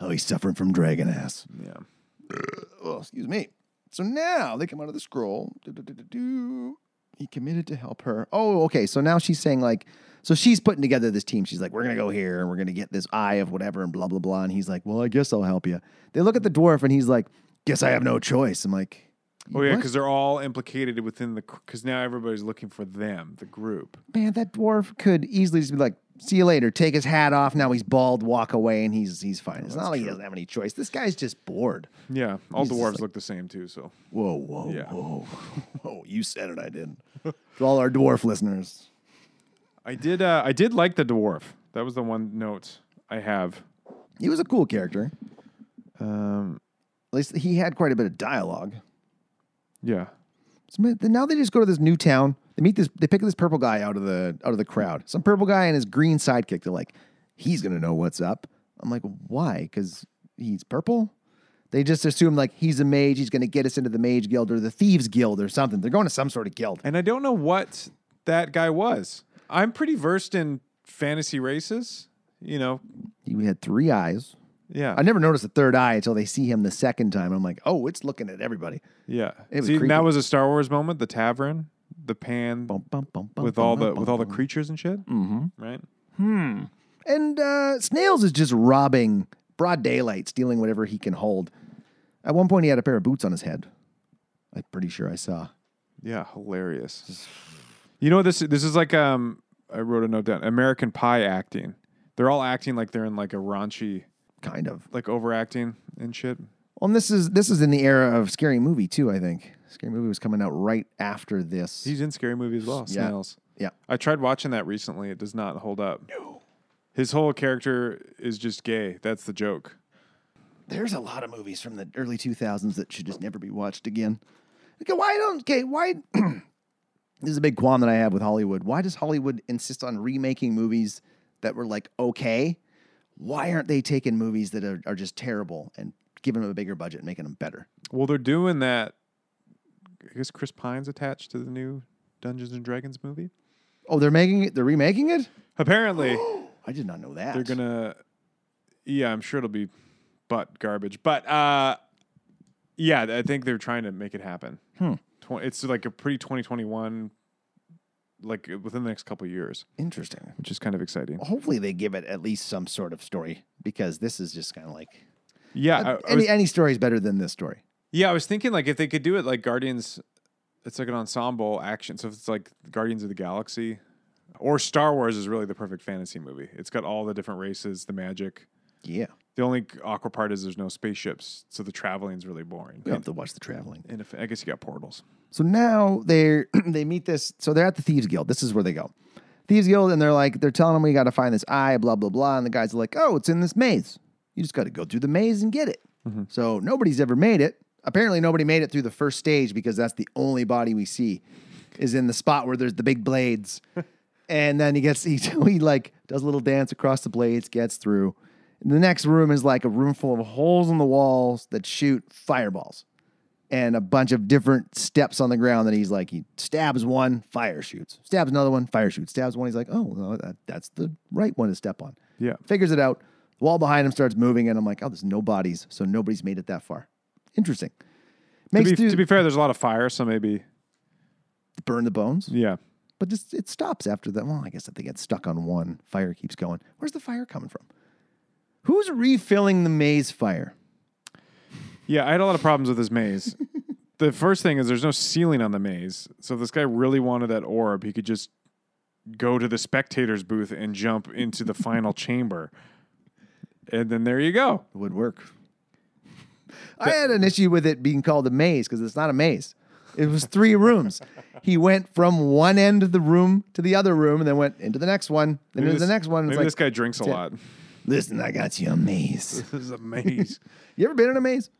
[SPEAKER 2] oh, he's suffering from dragon ass.
[SPEAKER 3] Yeah.
[SPEAKER 2] Oh, excuse me. So now they come out of the scroll. Do-do-do-do-do. He committed to help her. Oh, okay. So now she's saying like, so she's putting together this team. She's like, we're gonna go here and we're gonna get this eye of whatever and blah blah blah. And he's like, well, I guess I'll help you. They look at the dwarf and he's like, guess I have no choice. I'm like,
[SPEAKER 3] Oh yeah,
[SPEAKER 2] "What?
[SPEAKER 3] because they're all implicated within the. Because now everybody's looking for them, the group.
[SPEAKER 2] man, that dwarf could easily just be like, see you later. Take his hat off. Now he's bald. Walk away, and he's he's fine. It's not like he doesn't have any choice. This guy's just bored.
[SPEAKER 3] Yeah, all
[SPEAKER 2] just
[SPEAKER 3] dwarves look the same too. So
[SPEAKER 2] Whoa, whoa,
[SPEAKER 3] Yeah.
[SPEAKER 2] whoa, whoa! You said it. I didn't. to all our dwarf listeners.
[SPEAKER 3] I did. Uh, I did like the dwarf. That was the one note I have.
[SPEAKER 2] He was a cool character.
[SPEAKER 3] Um,
[SPEAKER 2] At least he had quite a bit of dialogue.
[SPEAKER 3] yeah,
[SPEAKER 2] So man, then now they just go to this new town. They meet this. They pick this purple guy out of the out of the crowd. Some purple guy and his green sidekick. They're like, he's gonna know what's up. I'm like, why? Because he's purple. They just assume like he's a mage. He's going to get us into the mage guild or the thieves guild or something. They're going to some sort of guild.
[SPEAKER 3] And I don't know what that guy was. I'm pretty versed in fantasy races. You know,
[SPEAKER 2] He had three eyes.
[SPEAKER 3] yeah,
[SPEAKER 2] I never noticed a third eye until they see him the second time. I'm like, oh, it's looking at everybody.
[SPEAKER 3] yeah.
[SPEAKER 2] It was
[SPEAKER 3] See,
[SPEAKER 2] creepy.
[SPEAKER 3] that was a Star Wars moment. The tavern, the pan
[SPEAKER 2] Bum, bum, bum, bum,
[SPEAKER 3] with all
[SPEAKER 2] bum,
[SPEAKER 3] the
[SPEAKER 2] bum,
[SPEAKER 3] with all the
[SPEAKER 2] bum.
[SPEAKER 3] creatures and shit. Mm-hmm. Right.
[SPEAKER 2] and uh, Snails is just robbing broad daylight, stealing whatever he can hold. At one point, he had a pair of boots on his head. I'm pretty sure I saw.
[SPEAKER 3] Yeah, hilarious. You know this this is like um I wrote a note down. American Pie acting. They're all acting like they're in like a raunchy,
[SPEAKER 2] Kind of.
[SPEAKER 3] like overacting and shit.
[SPEAKER 2] Well, and this is this is in the era of scary movie too. I think scary movie was coming out right after this.
[SPEAKER 3] He's in scary movies as well.
[SPEAKER 2] Yeah.
[SPEAKER 3] Snails.
[SPEAKER 2] yeah,
[SPEAKER 3] I tried watching that recently. It does not hold up. No. His whole character is just gay. That's the joke.
[SPEAKER 2] there's a lot of movies from the early 2000s that should just never be watched again. Okay, why don't okay why? this is a big qualm that I have with Hollywood. Why does Hollywood insist on remaking movies that were like okay? Why aren't they taking movies that are, are just terrible and giving them a bigger budget and making them better?
[SPEAKER 3] Well, they're doing that. I guess Chris Pine's attached to the new Dungeons and Dragons movie.
[SPEAKER 2] Oh, they're making it. They're remaking it.
[SPEAKER 3] Apparently,
[SPEAKER 2] I did not know that.
[SPEAKER 3] they're gonna. Yeah, I'm sure it'll be butt garbage, but uh, yeah, I think they're trying to make it happen.
[SPEAKER 2] Hmm.
[SPEAKER 3] Twen- It's like a pretty 2021, like uh, within the next couple of years,
[SPEAKER 2] interesting.
[SPEAKER 3] which is kind of exciting.
[SPEAKER 2] Hopefully, they give it at least some sort of story because this is just kind of like
[SPEAKER 3] Yeah, I- I was-
[SPEAKER 2] any e-, any story is better than this story.
[SPEAKER 3] Yeah, I was thinking like if they could do it like Guardians, it's like an ensemble action. So if it's like Guardians of the Galaxy or Star Wars is really the perfect fantasy movie. It's got all the different races, the magic.
[SPEAKER 2] Yeah,
[SPEAKER 3] The only awkward part is there's no spaceships, so the traveling's really boring.
[SPEAKER 2] we don't have to watch the traveling.
[SPEAKER 3] And if I guess you got portals.
[SPEAKER 2] So now they they meet this. So they're at the thieves guild. This is where they go. Thieves guild, and they're like they're telling them we got to find this eye, blah blah blah. And the guys are like, oh, it's in this maze. You just got to go through the maze and get it. So nobody's ever made it. Apparently, nobody made it through the first stage because that's the only body we see is in the spot where there's the big blades. and then he gets he, he like does a little dance across the blades, gets through. And the next room is like a room full of holes in the walls that shoot fireballs and a bunch of different steps on the ground that he's like he stabs one fire shoots stabs another one fire shoots stabs one he's like oh no, that, that's the right one to step on
[SPEAKER 3] Yeah.
[SPEAKER 2] figures it out the wall behind him starts moving and i'm like oh there's no bodies so nobody's made it that far interesting
[SPEAKER 3] To
[SPEAKER 2] makes
[SPEAKER 3] be,
[SPEAKER 2] you
[SPEAKER 3] to be fair, there's a lot of fire, so maybe
[SPEAKER 2] burn the bones
[SPEAKER 3] yeah.
[SPEAKER 2] but just it stops after that well i guess if they get stuck on one fire keeps going where's the fire coming from who's refilling the maze fire
[SPEAKER 3] Yeah, I had a lot of problems with this maze. the first thing is there's no ceiling on the maze. So if this guy really wanted that orb, he could just go to the spectators booth and jump into the final chamber. And then there you go.
[SPEAKER 2] It would work. I had an issue with it being called a maze because it's not a maze. It was three rooms. He went from one end of the room to the other room and then went into the next one, then into
[SPEAKER 3] Maybe
[SPEAKER 2] the
[SPEAKER 3] this-
[SPEAKER 2] next one. It's
[SPEAKER 3] Maybe
[SPEAKER 2] like,
[SPEAKER 3] this guy drinks a
[SPEAKER 2] That's it.
[SPEAKER 3] lot.
[SPEAKER 2] listen, I got you a maze.
[SPEAKER 3] This is a maze.
[SPEAKER 2] You ever been in a maze?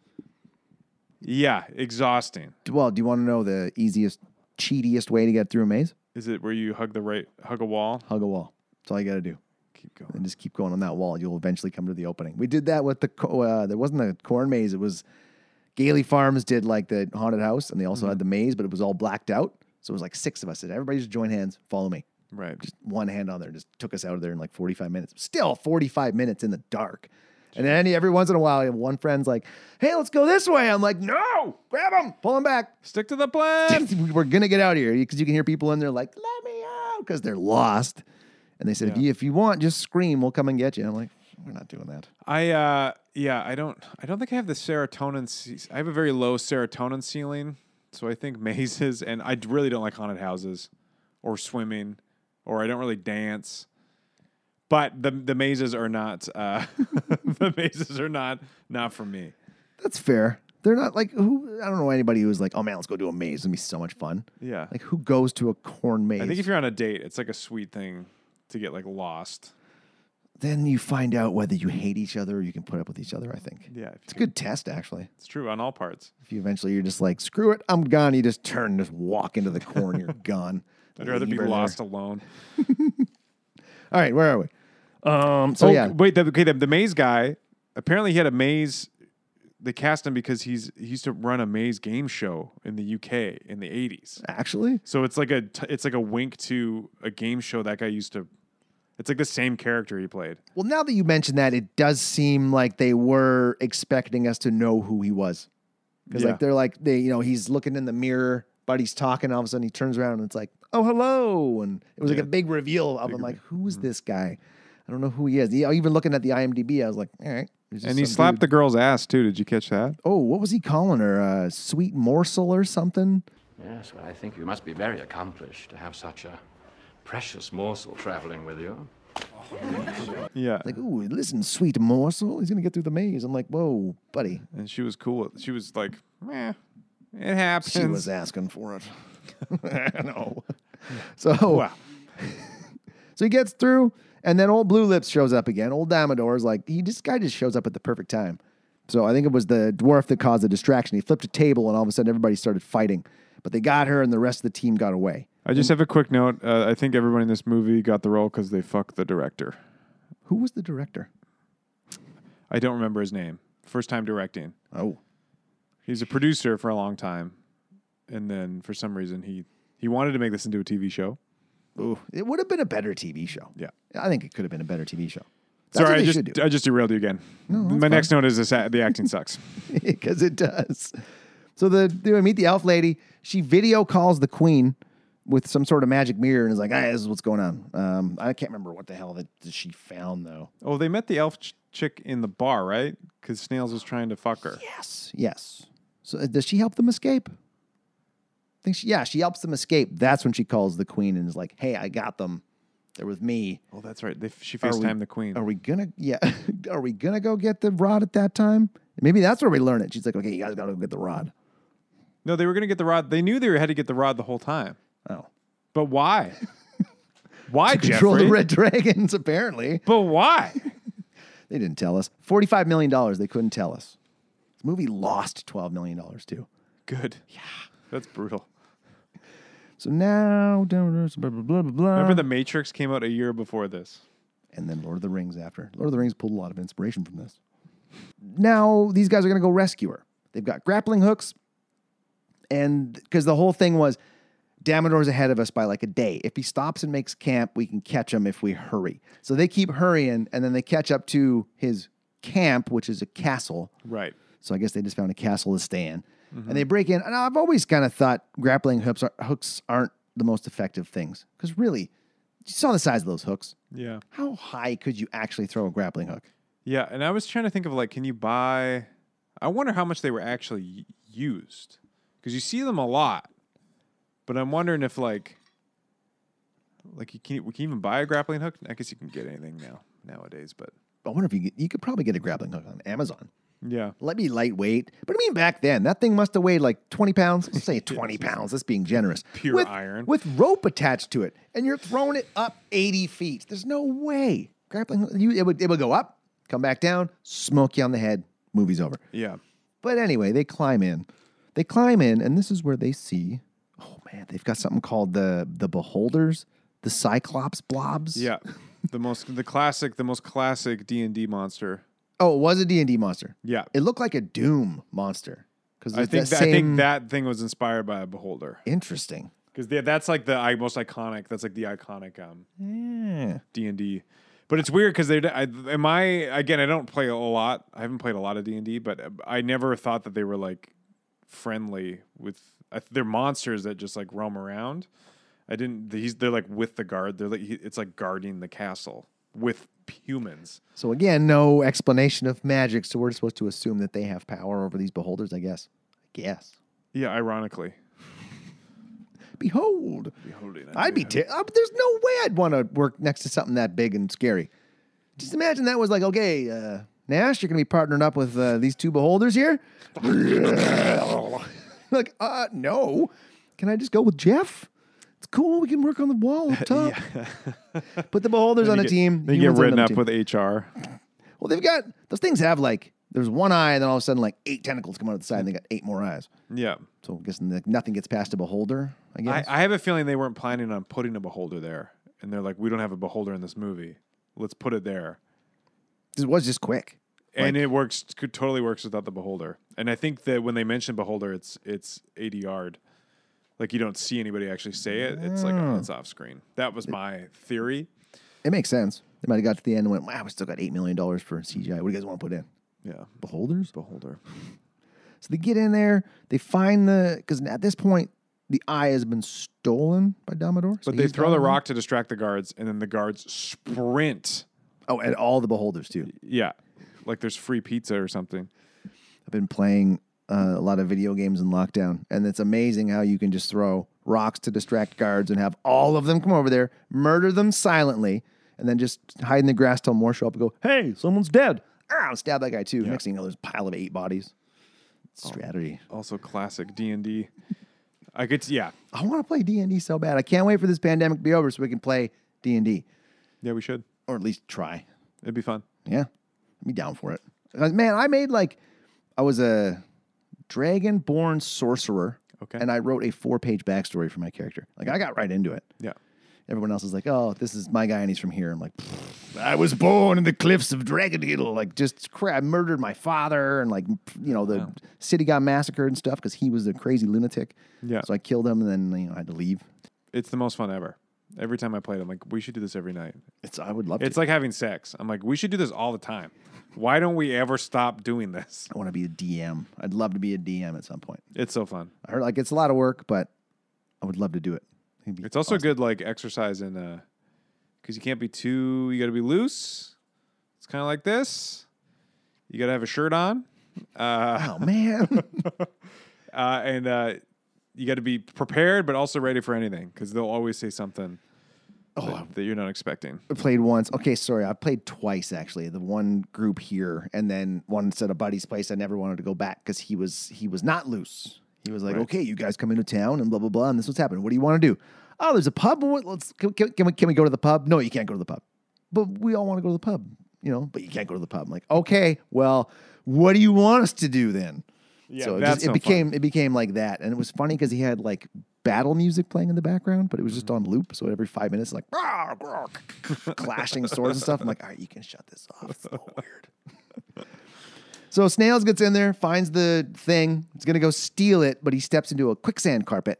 [SPEAKER 3] yeah, exhausting.
[SPEAKER 2] Well, do you want to know the easiest, cheatiest way to get through a maze?
[SPEAKER 3] Is it where you hug the right hug a wall?
[SPEAKER 2] Hug a wall. That's all you got to do.
[SPEAKER 3] Keep
[SPEAKER 2] and
[SPEAKER 3] going.
[SPEAKER 2] just keep going on that wall. You'll eventually come to the opening. We did that with the co- uh, there wasn't a corn maze. It was Gailey Farms did like the haunted house, and they also had the maze, but it was all blacked out. So it was like six of us. Said everybody just join hands, follow me.
[SPEAKER 3] Right.
[SPEAKER 2] Just one hand on there, just took us out of there in like forty five minutes. Still forty five minutes in the dark. And then every once in a while, one friend's like, "Hey, let's go this way." I'm like, "No, grab him, pull him back."
[SPEAKER 3] Stick to the plan.
[SPEAKER 2] we're gonna get out of here because you can hear people in there like, "Let me out," because they're lost. And they said, if,
[SPEAKER 3] Yeah.
[SPEAKER 2] you, if you want, just scream. We'll come and get you. I'm like, we're not doing that.
[SPEAKER 3] I uh yeah, I don't I don't think I have the serotonin ce- I have a very low serotonin ceiling. So I think mazes and I d- really don't like haunted houses or swimming or I don't really dance. But the the mazes are not uh the mazes are not not for me.
[SPEAKER 2] That's fair. They're not like who. I don't know anybody who's like, oh man, let's go do a maze. It'll be so much fun.
[SPEAKER 3] Yeah.
[SPEAKER 2] Like who goes to a corn maze?
[SPEAKER 3] I think if you're on a date, it's like a sweet thing to get like lost.
[SPEAKER 2] then you find out whether you hate each other or you can put up with each other. I think
[SPEAKER 3] Yeah, if
[SPEAKER 2] it's a
[SPEAKER 3] you-
[SPEAKER 2] good test actually.
[SPEAKER 3] It's true on all parts.
[SPEAKER 2] If you eventually you're just like, screw it, I'm gone. You just turn, and just walk into the corn. You're gone.
[SPEAKER 3] I'd rather be
[SPEAKER 2] Leave her there.
[SPEAKER 3] lost alone.
[SPEAKER 2] All right, where are we? Um. So
[SPEAKER 3] oh,
[SPEAKER 2] yeah,
[SPEAKER 3] wait. The, okay, the, the maze guy apparently he had a maze. They cast him because he's he used to run a maze game show in the UK in the eighties.
[SPEAKER 2] Actually,
[SPEAKER 3] So it's like a t- it's like a wink to a game show that guy used to. It's like the same character he played.
[SPEAKER 2] well, now that you mention that, it does seem like they were expecting us to know who he was because,
[SPEAKER 3] Yeah.
[SPEAKER 2] like, they're like they, you know, he's looking in the mirror, buddy's talking. All of a sudden, he turns around and it's like, oh, hello, and it was like
[SPEAKER 3] Yeah. Mm-hmm.
[SPEAKER 2] a big reveal of him. Like, who is this guy? I don't know who he is. Yeah, even looking at the IMDb, I was like, all right.
[SPEAKER 3] and he slapped the girl's ass too. Did you catch that?
[SPEAKER 2] Oh, what was he calling her? A sweet morsel or something?
[SPEAKER 5] Yes, well, I think you must be very accomplished to have such a precious morsel traveling with you.
[SPEAKER 3] Yeah.
[SPEAKER 2] Like, ooh, listen, sweet morsel. He's gonna get through the maze. I'm like, whoa, buddy.
[SPEAKER 3] and she was cool. with- She was like, "Meh, it happens."
[SPEAKER 2] She was asking for it. I know. So so he gets through, and then old Blue Lips shows up again. Old Amador's like, he this guy just shows up at the perfect time. So I think it was the dwarf that caused the distraction. He flipped a table, and all of a sudden everybody started fighting. But they got her, and the rest of the team got away.
[SPEAKER 3] I just have a quick note. Uh, I think everyone in this movie got the role because they fucked the director.
[SPEAKER 2] Who was the director?
[SPEAKER 3] I don't remember his name. First time directing.
[SPEAKER 2] Oh,
[SPEAKER 3] He's a producer for a long time, and then for some reason he he wanted to make this into a TV show.
[SPEAKER 2] ooh, it would have been a better TV show.
[SPEAKER 3] Yeah.
[SPEAKER 2] I think it could have been a better TV show. That's
[SPEAKER 3] Sorry,
[SPEAKER 2] what
[SPEAKER 3] I
[SPEAKER 2] they
[SPEAKER 3] just
[SPEAKER 2] should do.
[SPEAKER 3] I just derailed you again. My next note is this, the acting sucks.
[SPEAKER 2] because it does. So the do I meet the elf lady? She video calls the queen with some sort of magic mirror and is like, "Hey, this is what's going on." Um, I can't remember what the hell that that she found though.
[SPEAKER 3] oh, they met the elf ch- chick in the bar, right? Because Snails was trying to fuck her.
[SPEAKER 2] Yes, yes. So uh, does she help them escape? I think she, yeah, she helps them escape. That's when she calls the queen and is like, "Hey, I got them. They're with me."
[SPEAKER 3] Oh, that's right. They, she
[SPEAKER 2] Are we-
[SPEAKER 3] FaceTimed the queen.
[SPEAKER 2] Are we gonna? Yeah, are we gonna go get the rod at that time? Maybe that's where we learn it. She's like, "Okay, you guys gotta go get the rod."
[SPEAKER 3] No, they were going to get the rod. They knew they had to get the rod the whole time.
[SPEAKER 2] Oh,
[SPEAKER 3] But why? why,
[SPEAKER 2] control
[SPEAKER 3] Jeffrey?
[SPEAKER 2] the red dragons. Apparently,
[SPEAKER 3] But why?
[SPEAKER 2] They didn't tell us. $45 million, they couldn't tell us. This movie lost $12 million too.
[SPEAKER 3] Good. Yeah. That's brutal.
[SPEAKER 2] So now, blah, blah, blah, blah, blah.
[SPEAKER 3] Remember The Matrix came out a year before this.
[SPEAKER 2] and then Lord of the Rings after. Lord of the Rings pulled a lot of inspiration from this. Now these guys are going to go rescue her. They've got grappling hooks, and because the whole thing was, Damador's ahead of us by like a day. If he stops and makes camp, we can catch him if we hurry. So they keep hurrying, and then they catch up to his camp, which is a castle.
[SPEAKER 3] Right.
[SPEAKER 2] So I guess they just found a castle to stay in. And
[SPEAKER 3] Mm-hmm.
[SPEAKER 2] they break in. And I've always kind of thought grappling hooks, are, hooks aren't the most effective things. Because really, you saw the size of those hooks.
[SPEAKER 3] Yeah.
[SPEAKER 2] How high could you actually throw a grappling hook?
[SPEAKER 3] Yeah. And I was trying to think of like, can you buy. I wonder how much they were actually y- used because you see them a lot. But I'm wondering if like, like you can we can even buy a grappling hook. I guess you can get anything now nowadays. But
[SPEAKER 2] I wonder if you could, you could probably get a grappling hook on Amazon.
[SPEAKER 3] yeah,
[SPEAKER 2] Let me lightweight. But I mean, back then, that thing must have weighed like 20 pounds. Let's say 20 pounds. That's being generous.
[SPEAKER 3] Pure
[SPEAKER 2] with,
[SPEAKER 3] iron.
[SPEAKER 2] With rope attached to it. And you're throwing it up 80 feet. There's no way. Grappling, you, it, would, it would go up, come back down, smoke you on the head. Movie's over.
[SPEAKER 3] yeah.
[SPEAKER 2] But anyway, they climb in. They climb in, and this is where they see. Oh man, they've got something called the the beholders, the Cyclops blobs.
[SPEAKER 3] Yeah, the most the classic the most classic D and D monster.
[SPEAKER 2] Oh, it was a D and D monster.
[SPEAKER 3] Yeah,
[SPEAKER 2] It looked like a Doom monster because
[SPEAKER 3] I think
[SPEAKER 2] that
[SPEAKER 3] that,
[SPEAKER 2] same.
[SPEAKER 3] I think that thing was inspired by a beholder
[SPEAKER 2] interesting.
[SPEAKER 3] because that's like the i- most iconic. That's like the iconic um
[SPEAKER 2] Yeah.
[SPEAKER 3] D and D. But it's weird because they I, am I again I don't play a lot. I haven't played a lot of D and D, but uh, I never thought that they were like friendly with. I, th- they're monsters that just like roam around. I didn't. He's they're like with the guard. They're like he, it's like guarding the castle with humans.
[SPEAKER 2] So again, no explanation of magic. So we're supposed to assume that they have power over these beholders. I guess. I guess.
[SPEAKER 3] Yeah, ironically.
[SPEAKER 2] Behold. I'd be. Ter- uh, there's no way I'd want to work next to something that big and scary. Just imagine that was like, okay, uh, Nash, you're gonna be partnering up with uh, these two beholders here. like, uh, no. Can I just go with Jeff? It's cool. We can work on the wall up top. Put the beholders on a
[SPEAKER 3] You get-
[SPEAKER 2] team.
[SPEAKER 3] They get
[SPEAKER 2] humans on
[SPEAKER 3] written
[SPEAKER 2] another
[SPEAKER 3] up
[SPEAKER 2] team.
[SPEAKER 3] with HR.
[SPEAKER 2] Well, they've got those things have like there's one eye, and then all of a sudden like eight tentacles come out of the side, and they got eight more eyes.
[SPEAKER 3] Yeah.
[SPEAKER 2] So I'm guessing that nothing gets past a beholder. I
[SPEAKER 3] I,
[SPEAKER 2] guess.
[SPEAKER 3] I have a feeling they weren't planning on putting a beholder there. And they're like, we don't have a beholder in this movie. Let's put it there.
[SPEAKER 2] this was just quick.
[SPEAKER 3] and it works could totally works without the beholder. And I think that when they mention beholder, it's it's ADR'd. Like you don't see anybody actually say it. It's like oh, it's
[SPEAKER 2] Mm.
[SPEAKER 3] off screen. That was my theory.
[SPEAKER 2] It makes sense. They might have got to the end and went, wow, we still got $8 million for CGI. What do you guys want to put in?
[SPEAKER 3] Yeah,
[SPEAKER 2] Beholders?
[SPEAKER 3] beholder.
[SPEAKER 2] So they get in there, they find the, because at this point, the eye has been stolen by Domador. so
[SPEAKER 3] But they
[SPEAKER 2] he's
[SPEAKER 3] throw the
[SPEAKER 2] gone.
[SPEAKER 3] rock to distract the guards, and then the guards sprint.
[SPEAKER 2] Oh, and all the beholders too.
[SPEAKER 3] Yeah, like there's free pizza or something.
[SPEAKER 2] I've been playing uh, a lot of video games in lockdown, and it's amazing how you can just throw rocks to distract guards and have all of them come over there, murder them silently, and then just hide in the grass till more show up and go, "Hey, someone's dead!" Ah, stab that guy too. Next thing you know, there's a pile of eight bodies. Oh. Strategy.
[SPEAKER 3] Also classic D and D. I could yeah
[SPEAKER 2] I want to play D and D so bad. I can't wait for this pandemic to be over so we can play D and D,
[SPEAKER 3] yeah we should.
[SPEAKER 2] or at least try.
[SPEAKER 3] It'd be fun.
[SPEAKER 2] Yeah, I'd be down for it. Uh, Man, I made like I was a dragonborn sorcerer.
[SPEAKER 3] Okay.
[SPEAKER 2] And I wrote a four-page backstory for my character. Like I got right into it.
[SPEAKER 3] Yeah.
[SPEAKER 2] Everyone else is like, "Oh, this is my guy, and he's from here." I'm like, "Pfft, "I was born in the cliffs of Dragonheedle." Like, just crap. I murdered my father, and like, you know, the city got massacred and stuff because he was a crazy lunatic.
[SPEAKER 3] Yeah.
[SPEAKER 2] So I killed him, and then you know, I had to leave.
[SPEAKER 3] It's the most fun ever. Every time I played, I'm like, we should do this every night.
[SPEAKER 2] It's I would love
[SPEAKER 3] It's
[SPEAKER 2] to.
[SPEAKER 3] like having sex. I'm like, we should do this all the time. Why don't we ever stop doing this?
[SPEAKER 2] I want to be a DM. I'd love to be a DM at some point.
[SPEAKER 3] It's so fun.
[SPEAKER 2] I heard like it's a lot of work, but I would love to do it. It'd be
[SPEAKER 3] It's also good like exercise in uh because you can't be too you gotta be loose. It's kinda like this. You gotta have a shirt on.
[SPEAKER 2] Oh man,
[SPEAKER 3] Uh, and uh you got to be prepared, but also ready for anything because they'll always say something
[SPEAKER 2] Oh,
[SPEAKER 3] that, that you're not expecting.
[SPEAKER 2] I played once. Okay, sorry, I played twice actually. The one group here, and then one at a buddy's place. I never wanted to go back because he was he was not loose. He was like, okay, you guys come into town and blah blah blah, and this is what's happening. What do you want to do? Oh, there's a pub. What- Let's can, can, can we can we go to the pub? No, you can't go to the pub. But we all want to go to the pub, you know. But you can't go to the pub. I'm like, okay, well, what do you want us to do then?
[SPEAKER 3] Yeah,
[SPEAKER 2] so it,
[SPEAKER 3] that's
[SPEAKER 2] just, it
[SPEAKER 3] no fun.
[SPEAKER 2] became it became like that, and it was funny because he had like battle music playing in the background, but it was just
[SPEAKER 3] Mm-hmm.
[SPEAKER 2] on loop. So every five minutes, like "Rawr, rawr," clashing swords and stuff. I'm like, all right, you can shut this off. It's so weird. so Snails gets in there, finds the thing. He's gonna go steal it, but he steps into a quicksand carpet,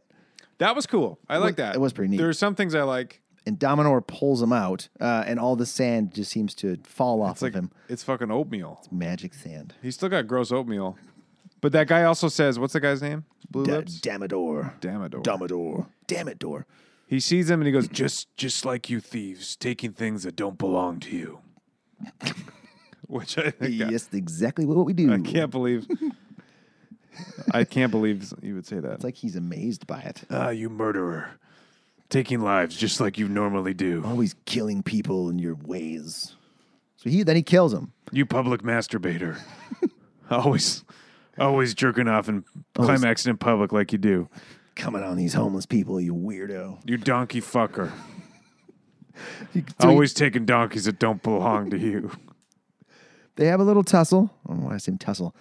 [SPEAKER 3] That was cool. I like that.
[SPEAKER 2] it was pretty neat.
[SPEAKER 3] There are some things I like.
[SPEAKER 2] and Dominor pulls him out, uh, and all the sand just seems to fall off
[SPEAKER 3] It's like
[SPEAKER 2] of him.
[SPEAKER 3] it's fucking oatmeal.
[SPEAKER 2] Magic sand.
[SPEAKER 3] He's still got gross oatmeal. But that guy also says, what's the guy's name? Blue
[SPEAKER 2] Da-
[SPEAKER 3] lips.
[SPEAKER 2] Damador.
[SPEAKER 3] Damador.
[SPEAKER 2] Damador. Damador.
[SPEAKER 3] He sees him and he goes,
[SPEAKER 4] Just just like you thieves, taking things that don't belong to you.
[SPEAKER 3] which I think I-
[SPEAKER 2] Yes, exactly what we do.
[SPEAKER 3] I can't believe. I can't believe you would say that.
[SPEAKER 2] It's like he's amazed by it.
[SPEAKER 4] Ah, you murderer. Taking lives just like you normally do.
[SPEAKER 2] Always killing people in your ways. So he then he kills him.
[SPEAKER 4] You public masturbator. always always jerking off and climaxing in public like you do.
[SPEAKER 2] Coming on these homeless people, you weirdo.
[SPEAKER 4] You donkey fucker.
[SPEAKER 2] He- so he-
[SPEAKER 4] Always taking donkeys that don't belong to you.
[SPEAKER 2] they have a little tussle. I don't know why I say tussle.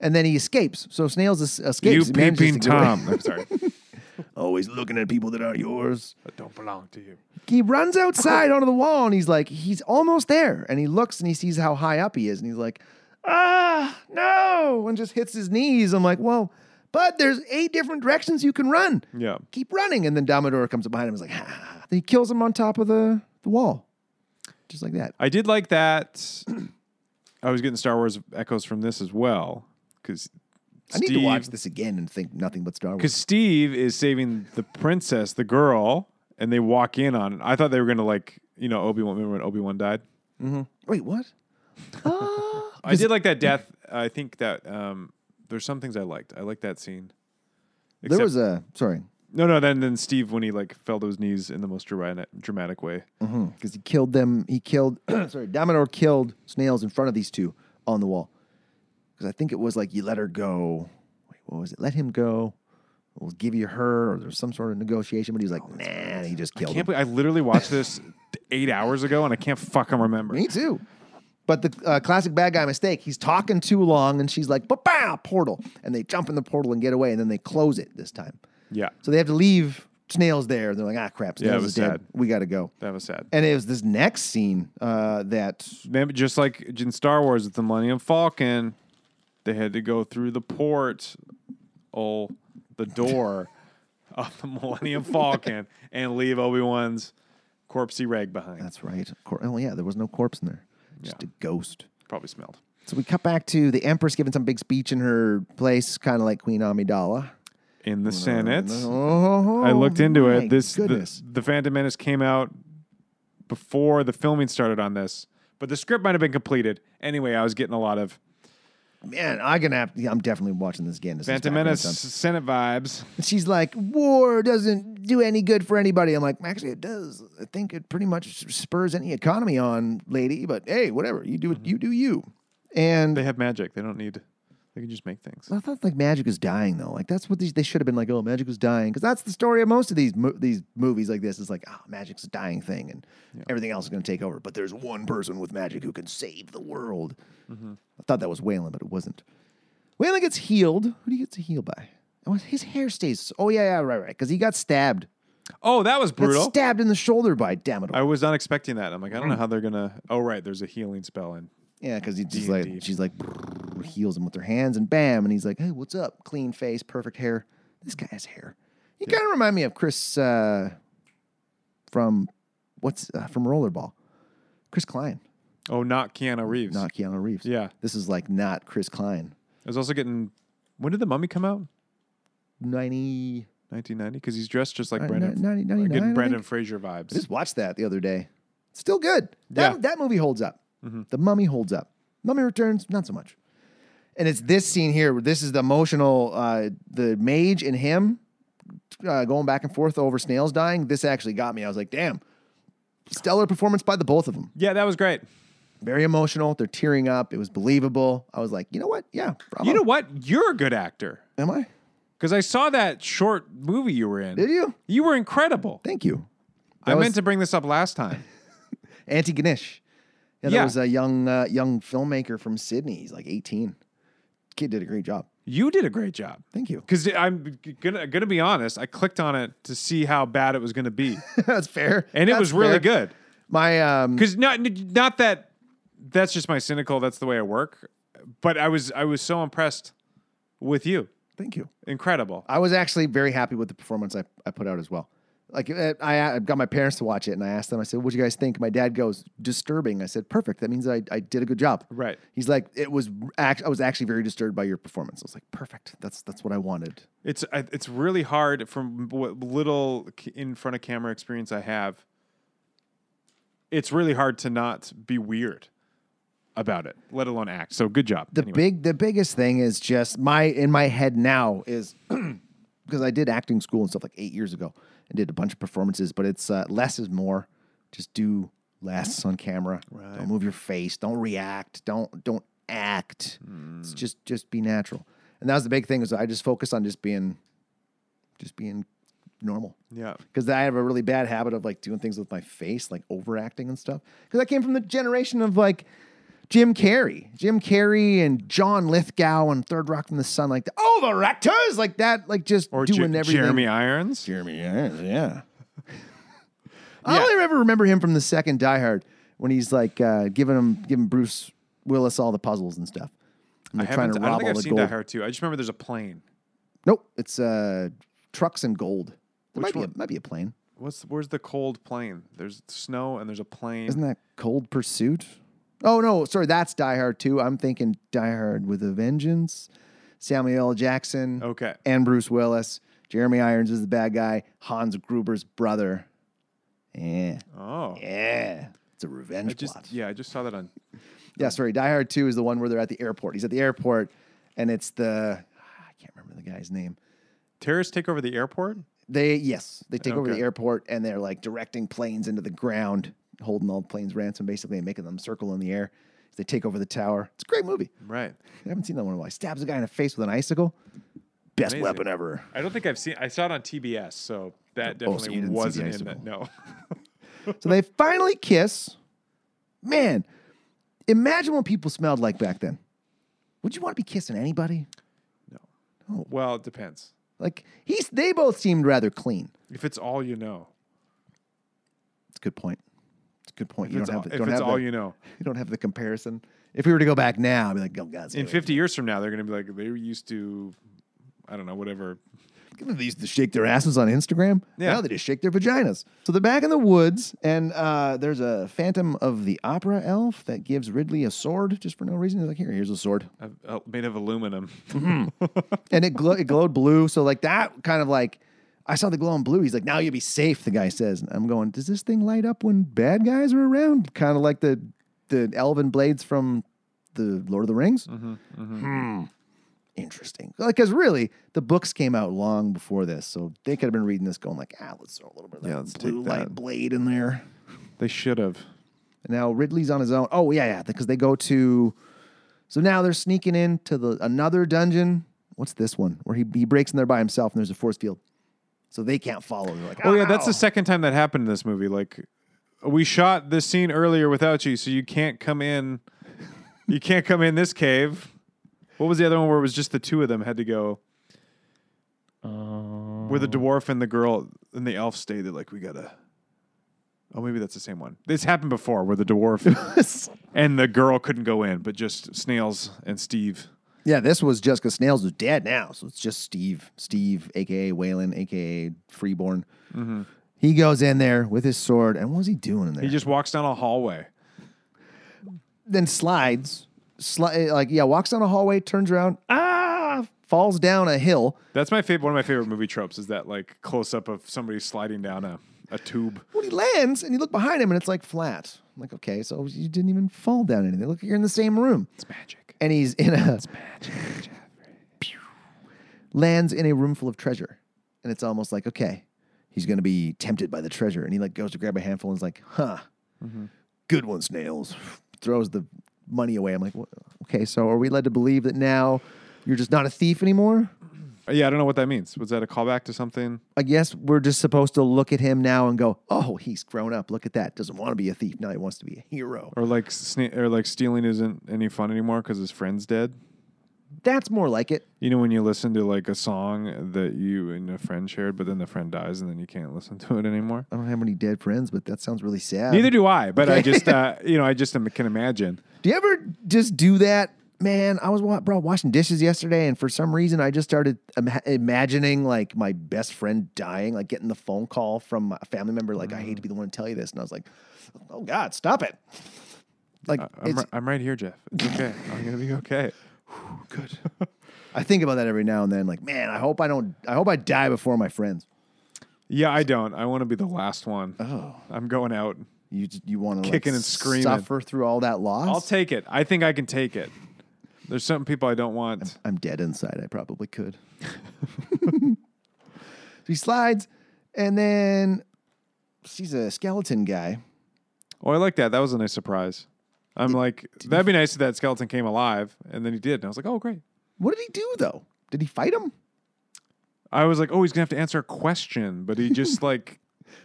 [SPEAKER 2] And then he escapes. So Snails es-
[SPEAKER 4] you
[SPEAKER 2] escapes. He manages to
[SPEAKER 4] peeping
[SPEAKER 2] get away.
[SPEAKER 4] Tom.
[SPEAKER 3] I'm sorry.
[SPEAKER 2] Always looking at people that aren't yours.
[SPEAKER 4] that don't belong to you.
[SPEAKER 2] He runs outside onto the wall and he's like, he's almost there. And he looks and he sees how high up he is. And he's like, ah, no. And just hits his knees. I'm like, well, but there's eight different directions you can run.
[SPEAKER 3] Yeah.
[SPEAKER 2] keep running. And then Domador comes up behind him and is like, ah. Then he kills him on top of the, the wall. Just like that.
[SPEAKER 3] I did like that. I was getting Star Wars echoes from this as well. Because
[SPEAKER 2] I need to watch this again and think nothing but Star Wars.
[SPEAKER 3] Because Steve is saving the princess, the girl, and they walk in on it. I thought they were going to, like, you know, Obi Wan. Remember when Obi Wan died?
[SPEAKER 2] Wait, what?
[SPEAKER 3] I did like that death. I think that um, there's some things I liked. I like that scene.
[SPEAKER 2] there was a, sorry,
[SPEAKER 3] No, no. Then then Steve when he like fell to his knees in the most dramatic dramatic way.
[SPEAKER 2] because he killed them. He killed, sorry, Domador killed snails in front of these two on the wall. Because I think it was like, you let her go. Wait, what was it? Let him go. We'll give you her, or there's some sort of negotiation, but he was like, nah, and he just killed him.
[SPEAKER 3] Can't believe Oh, I literally watched this eight hours ago and I can't fucking remember.
[SPEAKER 2] Me too. But the uh, classic bad guy mistake. He's talking too long, and she's like, "Bah, portal!" And they jump in the portal and get away, and then they close it this time.
[SPEAKER 3] Yeah,
[SPEAKER 2] So they have to leave Snail's there. They're like, ah, crap.
[SPEAKER 3] Yeah, it
[SPEAKER 2] Snails
[SPEAKER 3] was
[SPEAKER 2] is dead.
[SPEAKER 3] sad.
[SPEAKER 2] We got to go.
[SPEAKER 3] That was sad.
[SPEAKER 2] And it was this next scene uh, that
[SPEAKER 3] Remember, just like in Star Wars with the Millennium Falcon, they had to go through the port, oh, the door of the Millennium Falcon, and leave Obi Wan's corpsey rag behind.
[SPEAKER 2] That's right. Cor- oh yeah, there was no corpse in there, just
[SPEAKER 3] Yeah.
[SPEAKER 2] a ghost.
[SPEAKER 3] Probably smelled.
[SPEAKER 2] So we cut back to the Empress giving some big speech in her place, kind of like Queen Amidala.
[SPEAKER 3] In the Senate,
[SPEAKER 2] Oh,
[SPEAKER 3] I looked into
[SPEAKER 2] my
[SPEAKER 3] it. This the,
[SPEAKER 2] goodness.
[SPEAKER 3] the Phantom Menace came out before the filming started on this, but the script might have been completed. Anyway, I was getting a lot of
[SPEAKER 2] man, I'm gonna have. yeah, I'm definitely watching this again. This is
[SPEAKER 3] Phantom
[SPEAKER 2] not gonna
[SPEAKER 3] Menace
[SPEAKER 2] be done.
[SPEAKER 3] Senate vibes.
[SPEAKER 2] And she's like, war doesn't do any good for anybody. I'm like, actually, it does. I think it pretty much spurs any economy on, lady. But hey, whatever you do, you do you. And
[SPEAKER 3] They have magic. They don't need. They can just make things.
[SPEAKER 2] I thought like magic was dying though. Like that's what these, they should have been like. Oh, magic was dying because that's the story of most of these mo- these movies like this. It's like ah, magic's a dying thing, and everything else is going to take over. But there's one person with magic who can save the world. I thought that was Waylon, but it wasn't. Waylon gets healed. Who do you get to heal by? Oh, his hair stays. Oh yeah, yeah, right, right. Because he got stabbed.
[SPEAKER 3] Oh, that was
[SPEAKER 2] Got
[SPEAKER 3] brutal.
[SPEAKER 2] stabbed in the shoulder by Damodar.
[SPEAKER 3] I was not expecting that. I'm like, I don't know how they're gonna. Oh, right, there's a healing spell in.
[SPEAKER 2] Yeah, because he's just
[SPEAKER 3] D&D.
[SPEAKER 2] like she's like brrr, heals him with her hands and bam, and he's like, hey, what's up? Clean face, perfect hair. This guy has hair. You kind of remind me of Chris uh, from what's uh, from Rollerball, Chris Klein,
[SPEAKER 3] Oh, not Keanu Reeves.
[SPEAKER 2] not Keanu Reeves.
[SPEAKER 3] Yeah, I
[SPEAKER 2] this is like not Chris Klein.
[SPEAKER 3] was also getting. When did the Mummy come out?
[SPEAKER 2] 90,
[SPEAKER 3] 1990, because he's dressed just like
[SPEAKER 2] uh,
[SPEAKER 3] Brandon.
[SPEAKER 2] 90
[SPEAKER 3] I'm
[SPEAKER 2] 99, I
[SPEAKER 3] getting Brandon
[SPEAKER 2] think.
[SPEAKER 3] Fraser
[SPEAKER 2] I
[SPEAKER 3] vibes.
[SPEAKER 2] just watched that the other day. Still good. That,
[SPEAKER 3] Yeah. Mm-hmm.
[SPEAKER 2] that movie holds up. The Mummy holds up. Mummy Returns, not so much. And it's this scene here where this is the emotional, uh, the mage and him uh, going back and forth over snails dying. This actually got me. I was like, damn, stellar performance by the both of them.
[SPEAKER 3] yeah, that was great.
[SPEAKER 2] Very emotional. They're tearing up. It was believable. I was like, you know what? Yeah, bravo.
[SPEAKER 3] You know what? You're a good actor
[SPEAKER 2] Am I?
[SPEAKER 3] because I saw that short movie you were in.
[SPEAKER 2] Did you?
[SPEAKER 3] You were incredible.
[SPEAKER 2] Thank you.
[SPEAKER 3] I
[SPEAKER 2] was-
[SPEAKER 3] meant to bring this up last time.
[SPEAKER 2] Auntie Ganesh. Yeah, that
[SPEAKER 3] Yeah.
[SPEAKER 2] was a young uh, young filmmaker from Sydney. He's like 18. Kid did a great job.
[SPEAKER 3] You did a great job.
[SPEAKER 2] Thank you.
[SPEAKER 3] Because I'm g- gonna gonna be honest, I clicked on it to see how bad it was gonna be,
[SPEAKER 2] That's fair.
[SPEAKER 3] and it
[SPEAKER 2] That's
[SPEAKER 3] was really
[SPEAKER 2] fair.
[SPEAKER 3] good.
[SPEAKER 2] My um
[SPEAKER 3] because not not that that's just my cynical that's the way i work but i was i was so impressed with you
[SPEAKER 2] thank you.
[SPEAKER 3] incredible
[SPEAKER 2] I was actually very happy with the performance I, I put out as well. Like uh, I, I got my parents to watch it and I asked them, I said, what do you guys think? My dad goes, disturbing. I said, perfect. That means I, I did a good job.
[SPEAKER 3] Right.
[SPEAKER 2] He's like, it was act- I was actually very disturbed by your performance. I was like, perfect. That's that's what I wanted.
[SPEAKER 3] it's I- it's really hard from what little c- in front of camera experience i have it's really hard to not be weird about it let alone act so good job
[SPEAKER 2] the
[SPEAKER 3] Anyway.
[SPEAKER 2] big the biggest thing is just my in my head now is because I did acting school and stuff like eight years ago and did a bunch of performances, but it's uh, less is more. Just do less on camera. Don't move your face. Don't react. Don't don't act. It's just just be natural. And that was the big thing is I just focus on just being just being normal
[SPEAKER 3] yeah
[SPEAKER 2] because I have a really bad habit of like doing things with my face, like overacting and stuff. Because I came from the generation of like Jim Carrey, Jim Carrey and John Lithgow and Third Rock from the Sun, like oh, the overactors, like that, like just
[SPEAKER 3] or
[SPEAKER 2] doing
[SPEAKER 3] Jer-
[SPEAKER 2] everything.
[SPEAKER 3] jeremy irons
[SPEAKER 2] Jeremy Irons, yeah. I only ever remember him from the second Die Hard when he's like uh, giving him giving Bruce Willis all the puzzles and stuff. And
[SPEAKER 3] I,
[SPEAKER 2] they're trying
[SPEAKER 3] haven't,
[SPEAKER 2] to
[SPEAKER 3] I
[SPEAKER 2] rob
[SPEAKER 3] don't think
[SPEAKER 2] all
[SPEAKER 3] i've
[SPEAKER 2] the
[SPEAKER 3] seen
[SPEAKER 2] gold.
[SPEAKER 3] that hard too i just remember there's a plane
[SPEAKER 2] Nope, it's uh, trucks and gold. It might
[SPEAKER 3] Which
[SPEAKER 2] be a,
[SPEAKER 3] one?
[SPEAKER 2] might be a plane.
[SPEAKER 3] what's where's the cold plane there's snow and there's a plane
[SPEAKER 2] Isn't that Cold Pursuit? Oh no, sorry, that's Die Hard 2. I'm thinking Die Hard with a Vengeance. Samuel L. Jackson
[SPEAKER 3] okay
[SPEAKER 2] and Bruce Willis. Jeremy Irons is the bad guy. Hans Gruber's brother. Yeah.
[SPEAKER 3] oh
[SPEAKER 2] Yeah. It's a revenge
[SPEAKER 3] I just
[SPEAKER 2] plot.
[SPEAKER 3] yeah i just saw that on
[SPEAKER 2] Yeah, sorry. Die Hard 2 is the one where they're at the airport. He's at the airport and it's the I can't remember the guy's name.
[SPEAKER 3] terrorists take over the airport.
[SPEAKER 2] They yes, they take over the
[SPEAKER 3] Okay.
[SPEAKER 2] airport and they're like directing planes into the ground, holding all the planes ransom basically and making them circle in the air. They take over the tower. It's a great movie.
[SPEAKER 3] Right.
[SPEAKER 2] I haven't seen that one in a while. He stabs a guy in the face with an icicle. Best
[SPEAKER 3] Amazing.
[SPEAKER 2] weapon ever.
[SPEAKER 3] I don't think I've seen. I saw it on TBS, so that
[SPEAKER 2] Oh, so you didn't
[SPEAKER 3] definitely
[SPEAKER 2] see the
[SPEAKER 3] wasn't in
[SPEAKER 2] icicle.
[SPEAKER 3] that. No.
[SPEAKER 2] So they finally kiss. Man, imagine what people smelled like back then. Would you want to be kissing anybody?
[SPEAKER 3] Well, it depends.
[SPEAKER 2] Like he's they both seemed rather clean.
[SPEAKER 3] If it's all you know,
[SPEAKER 2] It's a good point. It's a good point.
[SPEAKER 3] if
[SPEAKER 2] you
[SPEAKER 3] it's,
[SPEAKER 2] don't
[SPEAKER 3] all,
[SPEAKER 2] have the,
[SPEAKER 3] if
[SPEAKER 2] don't
[SPEAKER 3] it's
[SPEAKER 2] have
[SPEAKER 3] all
[SPEAKER 2] the,
[SPEAKER 3] you know,
[SPEAKER 2] you don't have the comparison. If we were to go back now, I'd be like, oh God,
[SPEAKER 3] in 50 years from now, they're going to be like, they were used to, I don't know, whatever.
[SPEAKER 2] They used to shake their asses on Instagram.
[SPEAKER 3] Yeah.
[SPEAKER 2] Now they just shake their vaginas. So they're back in the woods, and uh, there's a Phantom of the Opera elf that gives Ridley a sword just for no reason. He's like, here, here's a sword.
[SPEAKER 3] Uh, uh, made of aluminum.
[SPEAKER 2] And it, glow- it glowed blue. So, like, that kind of like, I saw the glow in blue. He's like, now you'll be safe, the guy says. And I'm going, does this thing light up when bad guys are around? Kind of like the, the elven blades from the Lord of the Rings.
[SPEAKER 3] Mm-hmm,
[SPEAKER 2] Hmm. Interesting. Because really, the books came out long before this. So they could have been reading this going like, ah, let's throw a little bit of
[SPEAKER 3] Yeah,
[SPEAKER 2] that
[SPEAKER 3] let's
[SPEAKER 2] blue
[SPEAKER 3] take that.
[SPEAKER 2] light blade in there.
[SPEAKER 3] They should have.
[SPEAKER 2] And now Ridley's on his own. Oh, yeah, yeah. Because they go to so now they're sneaking into the another dungeon. What's this one? Where he, he breaks in there by himself and there's a force field. So they can't follow. They're like,
[SPEAKER 3] Oh, yeah, that's
[SPEAKER 2] "Ow."
[SPEAKER 3] the second time that happened in this movie. Like, we shot this scene earlier without you, so you can't come in. You can't come in this cave. What was the other one where it was just the two of them had to go? where the dwarf and the girl and the elf stayed. They're like, we gotta. Oh, maybe that's the same one. This happened before, where the dwarf and the girl couldn't go in, but just snails and Steve.
[SPEAKER 2] Yeah, this was just because Snails was dead now. So it's just Steve, Steve, aka Waylon, aka Freeborn. He goes in there with his sword. And what was he doing in there?
[SPEAKER 3] Mm-hmm. He just walks down a hallway.
[SPEAKER 2] then slides, sli- like yeah, walks down a hallway, turns around, ah, falls down a hill.
[SPEAKER 3] That's my favorite. One of my favorite movie tropes is that like close up of somebody sliding down a, a tube.
[SPEAKER 2] Well, he lands, and you look behind him, and it's like flat. I'm like, okay, so you didn't even fall down anything. Look, you're in the same room,
[SPEAKER 3] It's magic.
[SPEAKER 2] and he's in a Pew. lands in a room full of treasure, and it's almost like okay, he's gonna be tempted by the treasure, and he like goes to grab a handful, and is like, huh,
[SPEAKER 3] Mm-hmm.
[SPEAKER 2] good one, snails. Throws the money away. I'm like, "What? okay, so are we led to believe that now you're just not a thief anymore?
[SPEAKER 3] Yeah, I don't know what that means. Was that a callback to something?
[SPEAKER 2] I guess we're just supposed to look at him now and go, oh, he's grown up. Look at that. Doesn't want to be a thief. Now he wants to be a hero.
[SPEAKER 3] Or like sne- or like stealing isn't any fun anymore because his friend's dead.
[SPEAKER 2] That's more like it.
[SPEAKER 3] You know when you listen to like a song that you and a friend shared, but then the friend dies and then you can't listen to it anymore.
[SPEAKER 2] I don't have any dead friends, but that sounds really sad.
[SPEAKER 3] Neither do I, but I just uh, you know I just am- can imagine.
[SPEAKER 2] Do you ever just do that? Man, I was wa- bro, washing dishes yesterday, and for some reason, I just started ima- imagining like my best friend dying, like getting the phone call from a family member, like, I hate to be the one to tell you this. And I was like, oh God, stop it. Like,
[SPEAKER 3] I'm,
[SPEAKER 2] it's,
[SPEAKER 3] ri- I'm right here, Jeff. It's okay. I'm gonna be okay. Good.
[SPEAKER 2] I think about that every now and then, like, man, I hope I don't, I hope I die before my friends.
[SPEAKER 3] yeah, I don't. I want to be the last one.
[SPEAKER 2] Oh.
[SPEAKER 3] I'm going out.
[SPEAKER 2] You just- you want to
[SPEAKER 3] Kicking
[SPEAKER 2] like
[SPEAKER 3] and screaming.
[SPEAKER 2] suffer through all that loss.
[SPEAKER 3] I'll take it. I think I can take it. There's some people I don't want.
[SPEAKER 2] I'm dead inside. I probably could. so he slides, and then sees a skeleton guy.
[SPEAKER 3] Oh, I like that. That was a nice surprise. I'm like, that'd be nice if that skeleton came alive, and then he did, and I was like, oh great.
[SPEAKER 2] What did he do though? Did he fight him?
[SPEAKER 3] I was like, oh, he's gonna have to answer a question, but he just like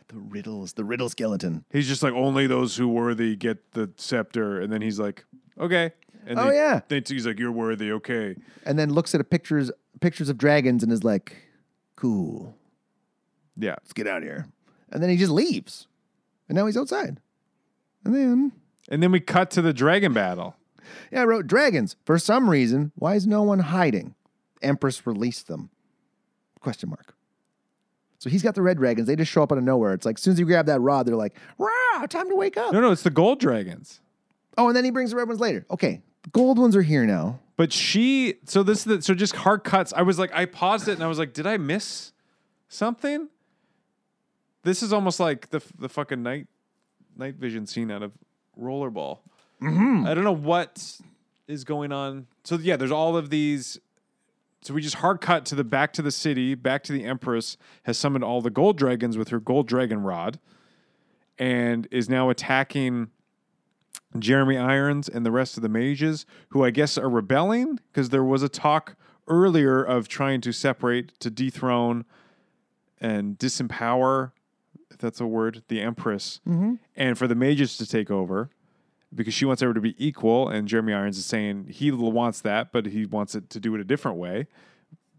[SPEAKER 2] The riddles, the riddle skeleton.
[SPEAKER 3] he's just like only those who worthy get the scepter, and then he's like, okay. And
[SPEAKER 2] Oh,
[SPEAKER 3] they-
[SPEAKER 2] yeah.
[SPEAKER 3] they- he's like, you're worthy, okay.
[SPEAKER 2] And then looks at a pictures pictures of dragons and is like, "Cool,
[SPEAKER 3] Yeah,
[SPEAKER 2] let's get out of here." And then he just leaves, and now he's outside. And then
[SPEAKER 3] and then we cut to the dragon battle.
[SPEAKER 2] Yeah, I wrote dragons. For some reason, why is no one hiding? Empress released them. Question mark. So he's got the red dragons. They just show up out of nowhere. It's like as soon as you grab that rod, they're like, "Rah! Time to wake up!"
[SPEAKER 3] No, no, it's the gold dragons.
[SPEAKER 2] Oh, and then he brings the red ones later. Okay, the gold ones are here now.
[SPEAKER 3] But she, so this is the, so just hard cuts. I was like, I paused it and I was like, did I miss something? This is almost like the the fucking night night vision scene out of Rollerball. I don't know what is going on. So yeah, there's all of these. So we just hard cut to the back to the city, back to the Empress has summoned all the gold dragons with her gold dragon rod, and is now attacking. Jeremy Irons and the rest of the mages, who I guess are rebelling because there was a talk earlier of trying to separate, to dethrone, and disempower, if that's a word, the Empress, and for the mages to take over because she wants everyone to be equal. And Jeremy Irons is saying he l- wants that, but he wants it to do it a different way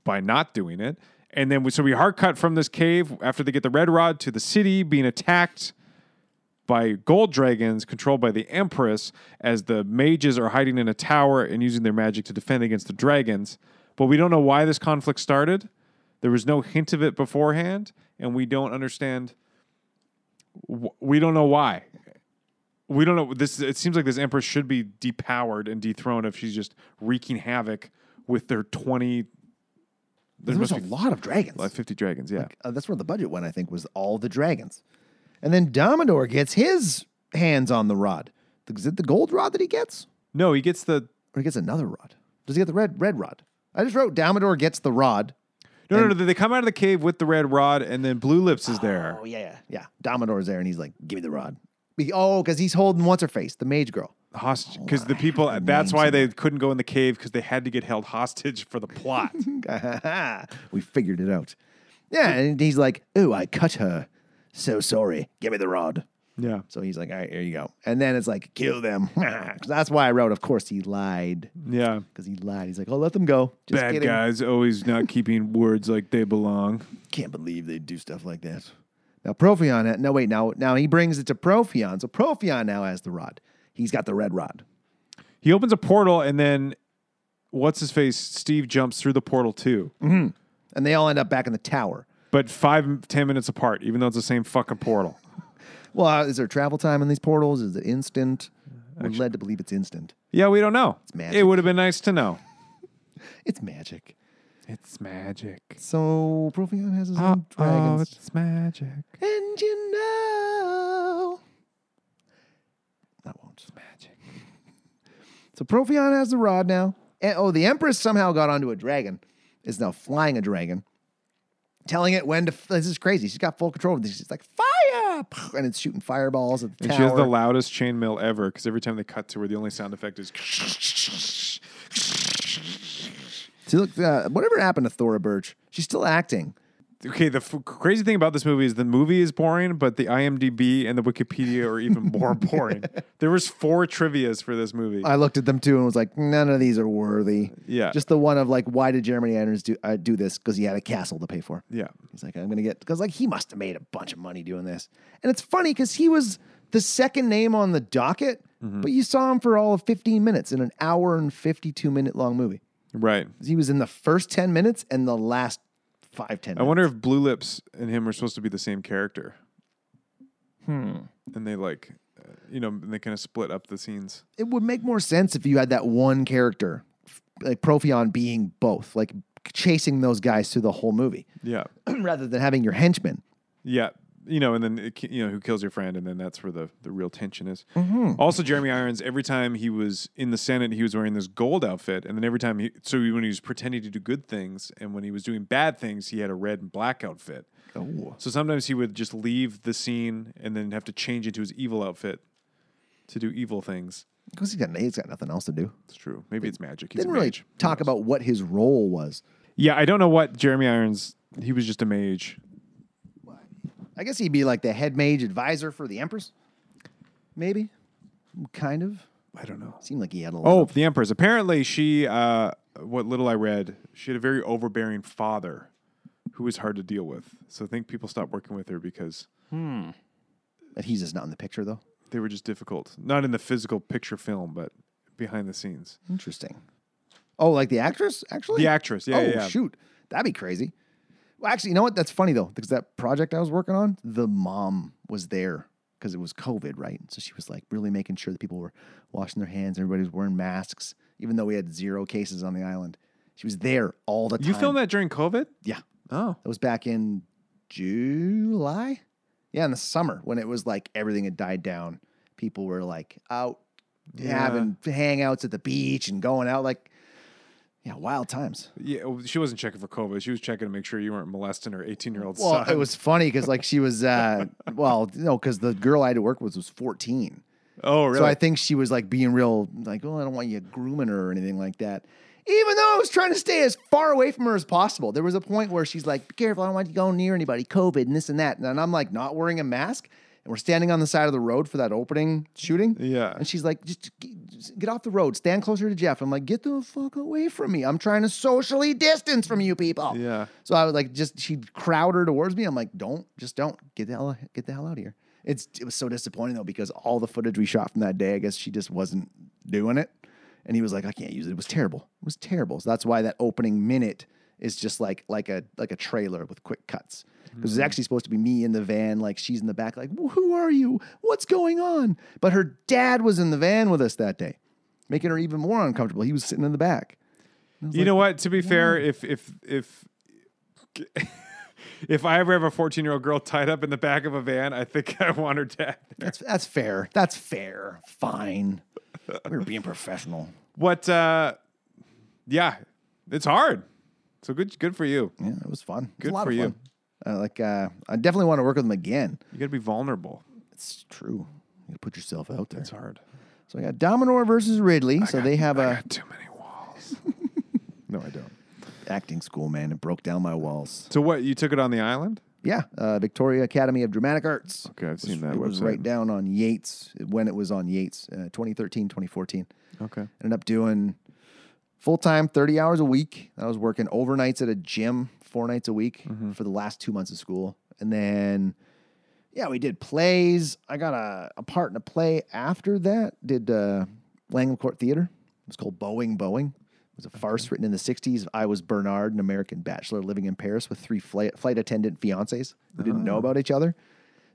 [SPEAKER 3] by not doing it. And then we, so we hard cut from this cave after they get the red rod to the city being attacked by gold dragons controlled by the Empress as the mages are hiding in a tower and using their magic to defend against the dragons. But we don't know why this conflict started. There was no hint of it beforehand, and we don't understand. wh- We don't know why. We don't know. This it seems like this Empress should be depowered and dethroned if she's just wreaking havoc with their twenty. There
[SPEAKER 2] There was
[SPEAKER 3] must
[SPEAKER 2] a
[SPEAKER 3] be
[SPEAKER 2] lot of dragons.
[SPEAKER 3] like fifty dragons. Yeah,
[SPEAKER 2] Uh, that's where the budget went, I think, was all the dragons. And then Domador gets his hands on the rod. Is it the gold rod that he gets?
[SPEAKER 3] no, he gets the
[SPEAKER 2] Or he gets another rod? Does he get the red red rod? I just wrote Domador gets the rod.
[SPEAKER 3] no, no, no. They come out of the cave with the red rod, and then Blue Lips is there.
[SPEAKER 2] Oh, yeah, yeah. Yeah. Domador's there and he's like, give me the rod. Be- Oh, because he's holding what's her face, the mage girl.
[SPEAKER 3] hostage because the people that's why they couldn't go in the cave because they had to get held hostage for the plot
[SPEAKER 2] we figured it out. Yeah. And he's like, ooh, I cut her. So sorry. Give me the rod.
[SPEAKER 3] yeah
[SPEAKER 2] So he's like, all right, here you go. And then it's like, kill them. 'Cause that's why I wrote, of course, he lied.
[SPEAKER 3] yeah
[SPEAKER 2] because he lied. He's like, "Oh, let them go." Just
[SPEAKER 3] bad
[SPEAKER 2] kidding.
[SPEAKER 3] guys always not keeping words like they belong
[SPEAKER 2] Can't believe they do stuff like that. Now Profion, no wait, now now he brings it to Profion. So Profion now has the rod. He's got the red rod.
[SPEAKER 3] he opens a portal and then what's his face steve jumps through the portal too
[SPEAKER 2] And they all end up back in the tower.
[SPEAKER 3] but five ten minutes apart even though it's the same fucking portal
[SPEAKER 2] Well, uh, is there travel time in these portals? Is it instant?
[SPEAKER 3] Uh,
[SPEAKER 2] We're led to believe it's instant.
[SPEAKER 3] yeah we don't know
[SPEAKER 2] magic.
[SPEAKER 3] it would have been nice to know
[SPEAKER 2] It's magic.
[SPEAKER 3] it's magic
[SPEAKER 2] So Profion has his
[SPEAKER 3] oh
[SPEAKER 2] own dragons.
[SPEAKER 3] it's magic
[SPEAKER 2] and you know that won't.
[SPEAKER 3] magic
[SPEAKER 2] So Profion has the rod now. And, oh, the Empress somehow got onto a dragon, is now flying a dragon, telling it when to. This is crazy. She's got full control of this. She's like, fire! And it's shooting fireballs at the
[SPEAKER 3] and
[SPEAKER 2] tower.
[SPEAKER 3] she has the loudest chainmail ever because every time they cut to her the only sound effect is
[SPEAKER 2] See, look, uh, whatever happened to Thora Birch, she's still acting.
[SPEAKER 3] okay the f- crazy thing about this movie is the movie is boring but the imdb and the wikipedia are even more boring there was four trivias for this movie
[SPEAKER 2] I looked at them too and was like, none of these are worthy.
[SPEAKER 3] Yeah.
[SPEAKER 2] Just the one of like, why did Jeremy Irons do, uh, do this? Because he had a castle to pay for.
[SPEAKER 3] yeah
[SPEAKER 2] He's like, I'm gonna get because like he must have made a bunch of money doing this. And it's funny because he was the second name on the docket,
[SPEAKER 3] Mm-hmm.
[SPEAKER 2] but you saw him for all of 15 minutes in an hour and 52 minute long movie.
[SPEAKER 3] right
[SPEAKER 2] 'Cause He was in the first 10 minutes and the last five, 10
[SPEAKER 3] i wonder if blue lips and him are supposed to be the same character hmm and they like uh, you know and they kind of split up the scenes
[SPEAKER 2] it would make more sense if you had that one character, f- like Profion being both, like chasing those guys through the whole movie,
[SPEAKER 3] yeah
[SPEAKER 2] rather than having your henchmen.
[SPEAKER 3] yeah you know and then it, ki- you know who kills your friend and then that's where the, the real tension is
[SPEAKER 2] Mm-hmm.
[SPEAKER 3] also jeremy irons every time he was in the senate he was wearing this gold outfit and then every time he so when he was pretending to do good things and when he was doing bad things he had a red and black outfit
[SPEAKER 2] Oh.
[SPEAKER 3] so sometimes he would just leave the scene and then have to change into his evil outfit to do evil things
[SPEAKER 2] Because he's got, he's got nothing else to do.
[SPEAKER 3] it's true maybe it's magic He's
[SPEAKER 2] Didn't
[SPEAKER 3] a
[SPEAKER 2] really
[SPEAKER 3] mage.
[SPEAKER 2] talk about what his role was.
[SPEAKER 3] yeah i don't know what jeremy irons he was just a mage
[SPEAKER 2] I guess he'd be like the head mage advisor for the Empress. Maybe. Kind of.
[SPEAKER 3] i don't know
[SPEAKER 2] Seemed like he had a lot.
[SPEAKER 3] Oh, the Empress. Apparently, she, uh, what little I read, she had a very overbearing father who was hard to deal with. So I think people stopped working with her because
[SPEAKER 2] But he's just not in the picture, though.
[SPEAKER 3] they were just difficult. Not in the physical picture film, but behind the scenes.
[SPEAKER 2] Interesting. Oh, like the actress, actually?
[SPEAKER 3] The actress, yeah,
[SPEAKER 2] Oh,
[SPEAKER 3] yeah, yeah.
[SPEAKER 2] shoot. That'd be crazy. Well, actually, you know what? That's funny, though, because that project I was working on, the mom was there because it was COVID, right? So she was like really making sure that people were washing their hands, everybody was wearing masks, even though we had zero cases on the island. She was there all the time.
[SPEAKER 3] You filmed that during COVID?
[SPEAKER 2] Yeah.
[SPEAKER 3] Oh.
[SPEAKER 2] That was back in July. Yeah, in the summer when it was like everything had died down. People were like out having hangouts at the beach and going out like yeah, wild times.
[SPEAKER 3] Yeah, well, she wasn't checking for COVID. She was checking to make sure you weren't molesting her 18 year old
[SPEAKER 2] Well,
[SPEAKER 3] son.
[SPEAKER 2] it was funny because like she was uh well, no, because the girl I had to work with was 14.
[SPEAKER 3] oh, really?
[SPEAKER 2] So I think she was like being real, like, oh, I don't want you grooming her or anything like that. Even though I was trying to stay as far away from her as possible, there was a point where she's like, be careful, I don't want you to go near anybody, COVID and this and that. And I'm like, not wearing a mask. And we're standing on the side of the road for that opening shooting.
[SPEAKER 3] Yeah.
[SPEAKER 2] And she's like, just g- just get off the road, stand closer to Jeff. I'm like, get the fuck away from me. I'm trying to socially distance from you people.
[SPEAKER 3] Yeah.
[SPEAKER 2] So I was like, just she'd crowd her towards me. I'm like, don't, just don't get the hell, get the hell out of here. It's it was so disappointing though because all the footage we shot from that day, I guess she just wasn't doing it. And he was like, I can't use it. It was terrible. It was terrible. So that's why that opening minute is just like like a like a trailer with quick cuts because it's actually supposed to be me in the van, like she's in the back, like who are you? What's going on? But her dad was in the van with us that day, making her even more uncomfortable. He was sitting in the back.
[SPEAKER 3] You know what? To be fair, if if if if I ever have a 14 year old girl tied up in the back of a van, I think I want her dead.
[SPEAKER 2] That's that's fair. That's fair. Fine. We were being professional.
[SPEAKER 3] What? Uh, yeah, it's hard. So good, good for you.
[SPEAKER 2] Yeah, it was fun. It was
[SPEAKER 3] Good
[SPEAKER 2] a lot
[SPEAKER 3] for
[SPEAKER 2] of
[SPEAKER 3] you.
[SPEAKER 2] fun. Uh, like uh, I definitely want to work with them again.
[SPEAKER 3] You got to be vulnerable.
[SPEAKER 2] It's true. You put yourself out there.
[SPEAKER 3] It's hard.
[SPEAKER 2] So I got Dominor versus Ridley. so they have a
[SPEAKER 3] Too many walls.
[SPEAKER 2] no, I don't. Acting school, man. It broke down my walls.
[SPEAKER 3] So what? You took it on the island?
[SPEAKER 2] Yeah, uh, Victoria Academy of Dramatic Arts.
[SPEAKER 4] Okay, I've seen that
[SPEAKER 2] it was
[SPEAKER 4] website.
[SPEAKER 2] right down on Yates when it was on Yates, uh, 2013, 2014.
[SPEAKER 3] Okay.
[SPEAKER 2] Ended up doing full time, 30 hours a week. I was working overnights at a gym four nights a week for the last two months of school. And then, yeah, we did plays. I got a, a part in a play after that, did uh, Langham Court Theater. It was called Boeing Boeing. It was a farce written in the 60s. I was Bernard, an American bachelor living in Paris with three flight, flight attendant fiancés who didn't know about each other.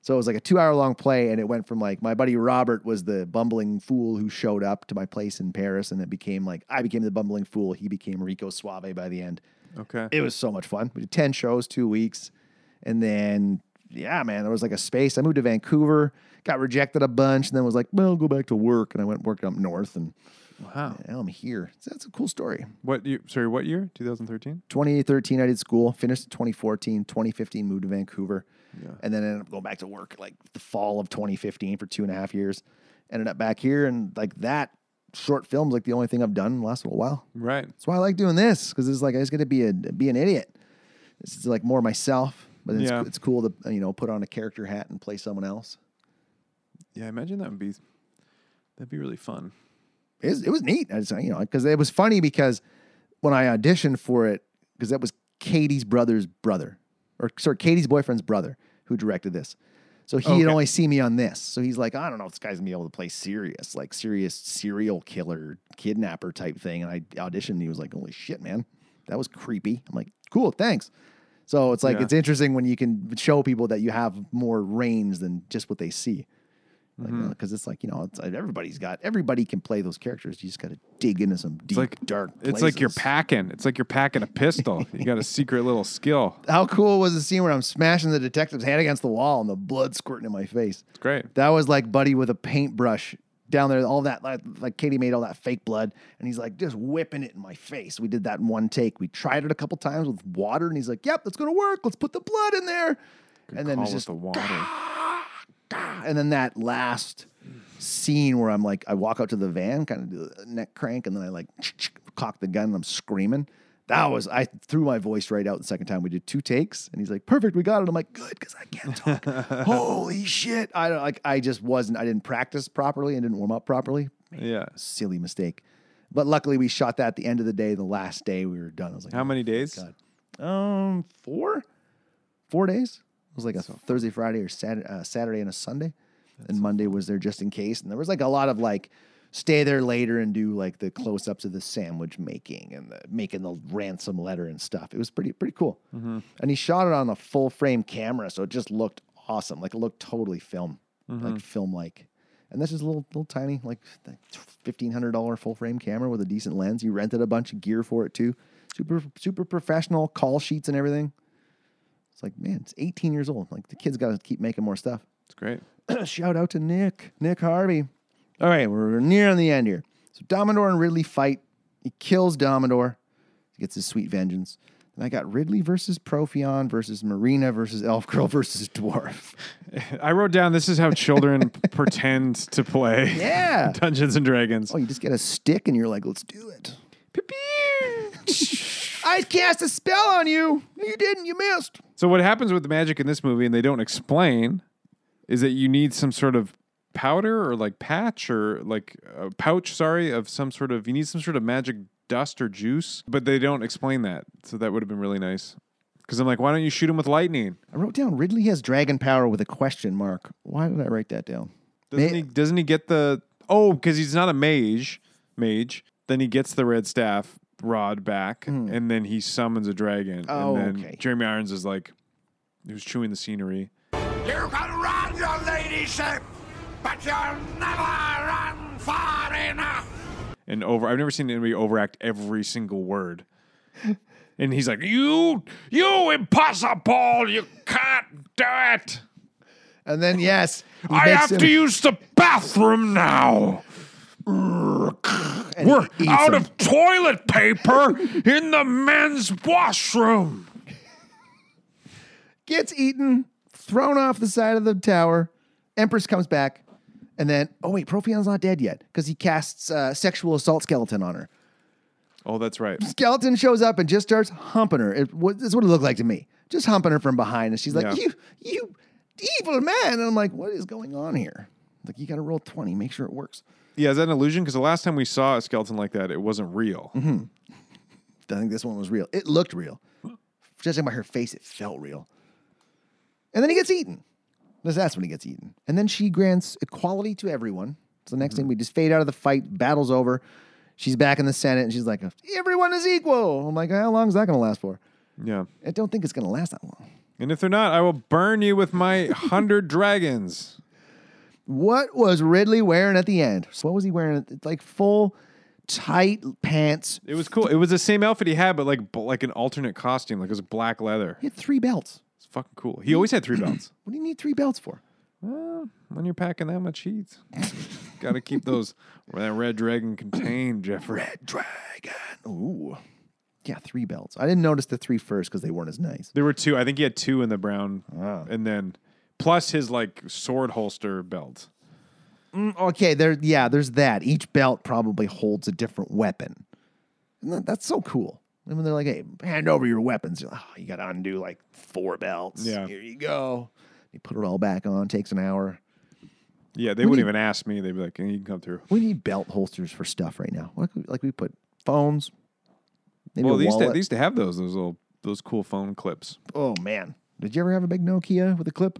[SPEAKER 2] So it was like a two hour long play, and it went from like my buddy Robert was the bumbling fool who showed up to my place in Paris, and it became like I became the bumbling fool. He became Rico Suave by the end.
[SPEAKER 3] Okay.
[SPEAKER 2] It was so much fun. We did 10 shows, two weeks. And then, yeah, man, there was like a space. I moved to Vancouver, got rejected a bunch, and then was like, well, I'll go back to work. And I went working up north, and
[SPEAKER 3] Wow.
[SPEAKER 2] now I'm here. So that's a cool story.
[SPEAKER 3] What? You, sorry. What year? 2013.
[SPEAKER 2] 2013 I did school, finished in 2014, 2015 moved to Vancouver, and then ended up going back to work like the fall of 2015 for two and a half years. Ended up back here, and like that short film's like the only thing I've done in the last little while.
[SPEAKER 3] Right.
[SPEAKER 2] That's why I like doing this because it's like I just get to be a be an idiot. This is like more myself, but it's,
[SPEAKER 3] Yeah.
[SPEAKER 2] it's cool to you know put on a character hat and play someone else.
[SPEAKER 3] Yeah. I Imagine that would be. That'd be really fun.
[SPEAKER 2] it was, it was neat. I just, you know, because it was funny because when I auditioned for it, because that was Katie's brother's brother, or sorry, Katie's boyfriend's brother who directed this. So he had
[SPEAKER 3] Okay.
[SPEAKER 2] only seen me on this. So he's like, I don't know if this guy's gonna be able to play serious, like serious serial killer, kidnapper type thing. And I auditioned. And he was like, Holy shit, man, that was creepy. I'm like, Cool, thanks. So it's like
[SPEAKER 3] Yeah.
[SPEAKER 2] it's interesting when you can show people that you have more range than just what they see because
[SPEAKER 3] Hmm.
[SPEAKER 2] it's like you know it's, uh, everybody's got everybody can play those characters you just got to dig into some deep
[SPEAKER 3] like-
[SPEAKER 2] dark
[SPEAKER 3] It's like you're
[SPEAKER 2] places.
[SPEAKER 3] packing. It's like you're packing a pistol. you got a secret little skill.
[SPEAKER 2] how cool was the scene where i'm smashing the detective's head against the wall and the blood squirting in my face
[SPEAKER 3] It's great.
[SPEAKER 2] that was like buddy with a paintbrush down there all that like, like katie made all that fake blood and he's like just whipping it in my face we did that in one take we tried it a couple times with water and he's like yep that's gonna work let's put the blood in there and then
[SPEAKER 3] All
[SPEAKER 2] it's
[SPEAKER 3] with
[SPEAKER 2] just
[SPEAKER 3] the water.
[SPEAKER 2] and then that last scene where I'm like, I walk out to the van, kind of do the neck crank, and then I like cock the gun and I'm screaming. That was I threw my voice right out the second time. We did two takes, and he's like, "Perfect, we got it." I'm like, "Good," because I can't talk. Holy shit! I don't like. I just wasn't. I didn't practice properly and didn't warm up properly.
[SPEAKER 3] Yeah.
[SPEAKER 2] Silly mistake. But luckily, we shot that at the end of the day. The last day we were done. I was like, "Oh,
[SPEAKER 3] How many days?
[SPEAKER 2] God. Um, four, four days. It was like a Thursday, Friday, or Saturday, uh, Saturday and a Sunday, and Monday was there just in case. And there was like a lot of like stay there later and do like the close ups of the sandwich making and the, making the ransom letter and stuff. It was pretty pretty cool. And he shot it on a full frame camera, so it just looked awesome. Like it looked totally film, like film like. And this is a little little tiny, like fifteen hundred dollar full frame camera with a decent lens. You rented a bunch of gear for it too. Super super professional call sheets and everything. It's like, man, it's 18 years old. Like the kid's got to keep making more stuff.
[SPEAKER 3] It's great.
[SPEAKER 2] Shout out to Nick, Nick Harvey. All right, we're near on the end here. So Dominor and Ridley fight. He kills Dominor. He gets his sweet vengeance. And I got Ridley versus Profion versus Marina versus Elf Girl versus Dwarf.
[SPEAKER 3] I wrote down this is how children pretend to play
[SPEAKER 2] Yeah.
[SPEAKER 3] Dungeons and Dragons.
[SPEAKER 2] Oh, you just get a stick and you're like, let's do it. I cast a spell on you.
[SPEAKER 1] You didn't. You missed.
[SPEAKER 3] So what happens with the magic in this movie and they don't explain is that you need some sort of powder or like patch or like a pouch, sorry, of some sort of, you need some sort of magic dust or juice, but they don't explain that. So that would have been really nice. Because I'm like, why don't you shoot him with lightning?
[SPEAKER 2] I wrote down Ridley has dragon power with a question mark. Why did I write that down?
[SPEAKER 3] Doesn't
[SPEAKER 2] May-
[SPEAKER 3] he? Doesn't he get the? Oh, because he's not a mage. Mage. Then he gets the red staff rod back, and then he summons a dragon.
[SPEAKER 2] Hmm. Oh,
[SPEAKER 3] and then
[SPEAKER 2] okay.
[SPEAKER 3] Jeremy Irons is like, who's chewing the scenery.
[SPEAKER 6] You can run, your ladyship, but you'll never run far enough.
[SPEAKER 3] and over. I've never seen anybody overact every single word. And he's like, "You, you impossible! You can't do it!
[SPEAKER 2] And then yes, he
[SPEAKER 3] I
[SPEAKER 2] makes
[SPEAKER 3] have
[SPEAKER 2] him-
[SPEAKER 3] to use the bathroom now.
[SPEAKER 2] and he
[SPEAKER 3] We're
[SPEAKER 2] eats
[SPEAKER 3] out
[SPEAKER 2] him.
[SPEAKER 3] of toilet paper in the men's washroom."
[SPEAKER 2] gets eaten, thrown off the side of the tower. Empress comes back, and then oh wait, Prophion's not dead yet because he casts uh, sexual assault skeleton on her.
[SPEAKER 3] Oh, that's right.
[SPEAKER 2] Skeleton shows up and just starts humping her. It, wa- this is what it looked like to me, just humping her from behind, and she's like,
[SPEAKER 3] Yeah.
[SPEAKER 2] "You, you evil man!" And I'm like, "What is going on here?" Like you got to roll twenty, make sure it works.
[SPEAKER 3] Yeah, is that an illusion? Because the last time we saw a skeleton like that, it wasn't real.
[SPEAKER 2] I think this one was real. It looked real. Judging by her face, it felt real. And then he gets eaten. Because That's when he gets eaten. And then she grants equality to everyone. So the next thing we just fade out of the fight, battle's over. She's back in the Senate and she's like, everyone is equal. I'm like, how long is that going to last for?
[SPEAKER 3] Yeah.
[SPEAKER 2] I don't think it's going to last that long.
[SPEAKER 3] And if they're not, I will burn you with my hundred dragons.
[SPEAKER 2] What was Ridley wearing at the end? What was he wearing? It's Like full tight pants.
[SPEAKER 3] It was cool. It was the same outfit he had, but like b- like an alternate costume. Like it was black leather.
[SPEAKER 2] He had three belts.
[SPEAKER 3] It's fucking cool. He always had three belts.
[SPEAKER 2] What do you need three belts for?
[SPEAKER 3] Well, when you're packing that much heat, got to keep those that red dragon contained, Jeffrey.
[SPEAKER 2] Dragon. Ooh. Yeah, three belts. I didn't notice the three first because they weren't as nice.
[SPEAKER 3] There were two. I think he had two in the brown,
[SPEAKER 2] Ah.
[SPEAKER 3] and then plus his like sword holster belt.
[SPEAKER 2] Mm, Okay, there. Yeah, there's that. Each belt probably holds a different weapon. And that- that's so cool. And when they're like, "Hey, hand over your weapons," you're like, oh, you got to undo like four belts.
[SPEAKER 3] Yeah.
[SPEAKER 2] Here you go. You put it all back on. Takes an hour.
[SPEAKER 3] Yeah, they wouldn't even ask me. They'd be like, "You can come through."
[SPEAKER 2] We need belt holsters for stuff right now. Like we, like we put phones. Maybe
[SPEAKER 3] Well,
[SPEAKER 2] a
[SPEAKER 3] they used, to,
[SPEAKER 2] wallet.
[SPEAKER 3] they used to have those those little those cool phone clips.
[SPEAKER 2] oh man, did you ever have a big Nokia with a clip?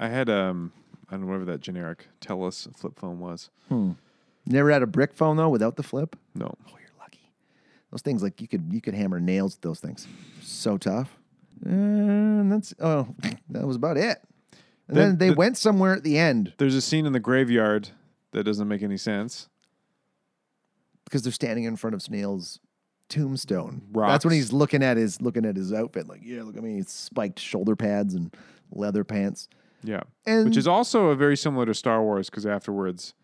[SPEAKER 3] I had um I don't know whatever that generic Telus flip phone was.
[SPEAKER 2] Never had a brick phone though without the flip.
[SPEAKER 3] No,
[SPEAKER 2] Oh, you're lucky. Those things like you could you could hammer nails with those things. So tough. And that's oh, that was about it. And then,
[SPEAKER 3] Then
[SPEAKER 2] they
[SPEAKER 3] the-
[SPEAKER 2] went somewhere at the end
[SPEAKER 3] there's a scene in the graveyard that doesn't make any sense.
[SPEAKER 2] because they're standing in front of Snail's tombstone. That's
[SPEAKER 3] Rocks.
[SPEAKER 2] when he's looking at his looking at his outfit like, yeah, look at me, spiked shoulder pads and leather pants.
[SPEAKER 3] Yeah.
[SPEAKER 2] And
[SPEAKER 3] Which is also a very similar to Star Wars because afterwards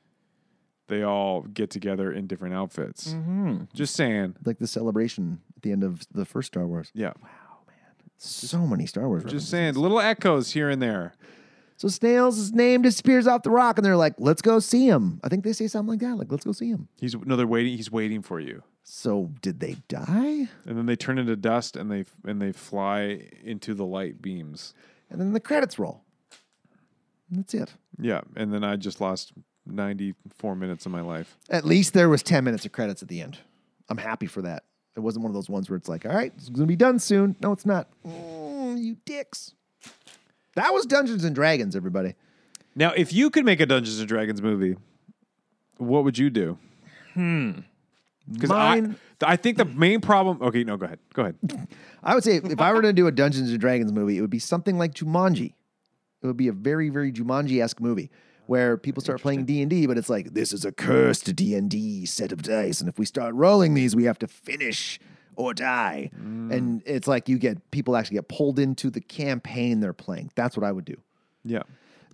[SPEAKER 3] they all get together in different outfits.
[SPEAKER 2] Mm-hmm.
[SPEAKER 3] Just saying.
[SPEAKER 2] like the celebration at the end of the first Star Wars.
[SPEAKER 3] Yeah.
[SPEAKER 2] So many Star Wars.
[SPEAKER 3] Just
[SPEAKER 2] references.
[SPEAKER 3] saying. Little echoes here and there.
[SPEAKER 2] So Snail's name disappears off the rock, and they're like, "Let's go see him." I think they say something like that, like, "Let's go see him."
[SPEAKER 3] He's no, they're waiting. He's waiting for you.
[SPEAKER 2] So did they die?
[SPEAKER 3] And then they turn into dust and they and they fly into the light beams.
[SPEAKER 2] And then the credits roll. And that's it.
[SPEAKER 3] Yeah. And then I just lost 94 minutes of my life.
[SPEAKER 2] At least there was 10 minutes of credits at the end. I'm happy for that. It wasn't one of those ones where it's like, all right, it's going to be done soon. No, it's not. Mm, you dicks. That was Dungeons and Dragons, everybody.
[SPEAKER 3] Now, if you could make a Dungeons and Dragons movie, what would you do? Hmm. Because I,
[SPEAKER 2] Mine-
[SPEAKER 3] I think the main problem. Okay, no, go ahead. Go ahead.
[SPEAKER 2] I would say if I were to do a Dungeons and Dragons movie, it would be something like Jumanji. It would be a very, very Jumanji-esque movie where people start playing D&D, but it's like, this is a cursed D&D set of dice, and if we start rolling these, we have to finish or die. And it's like you get, people actually get pulled into the campaign they're playing. That's what I would do
[SPEAKER 3] Yeah.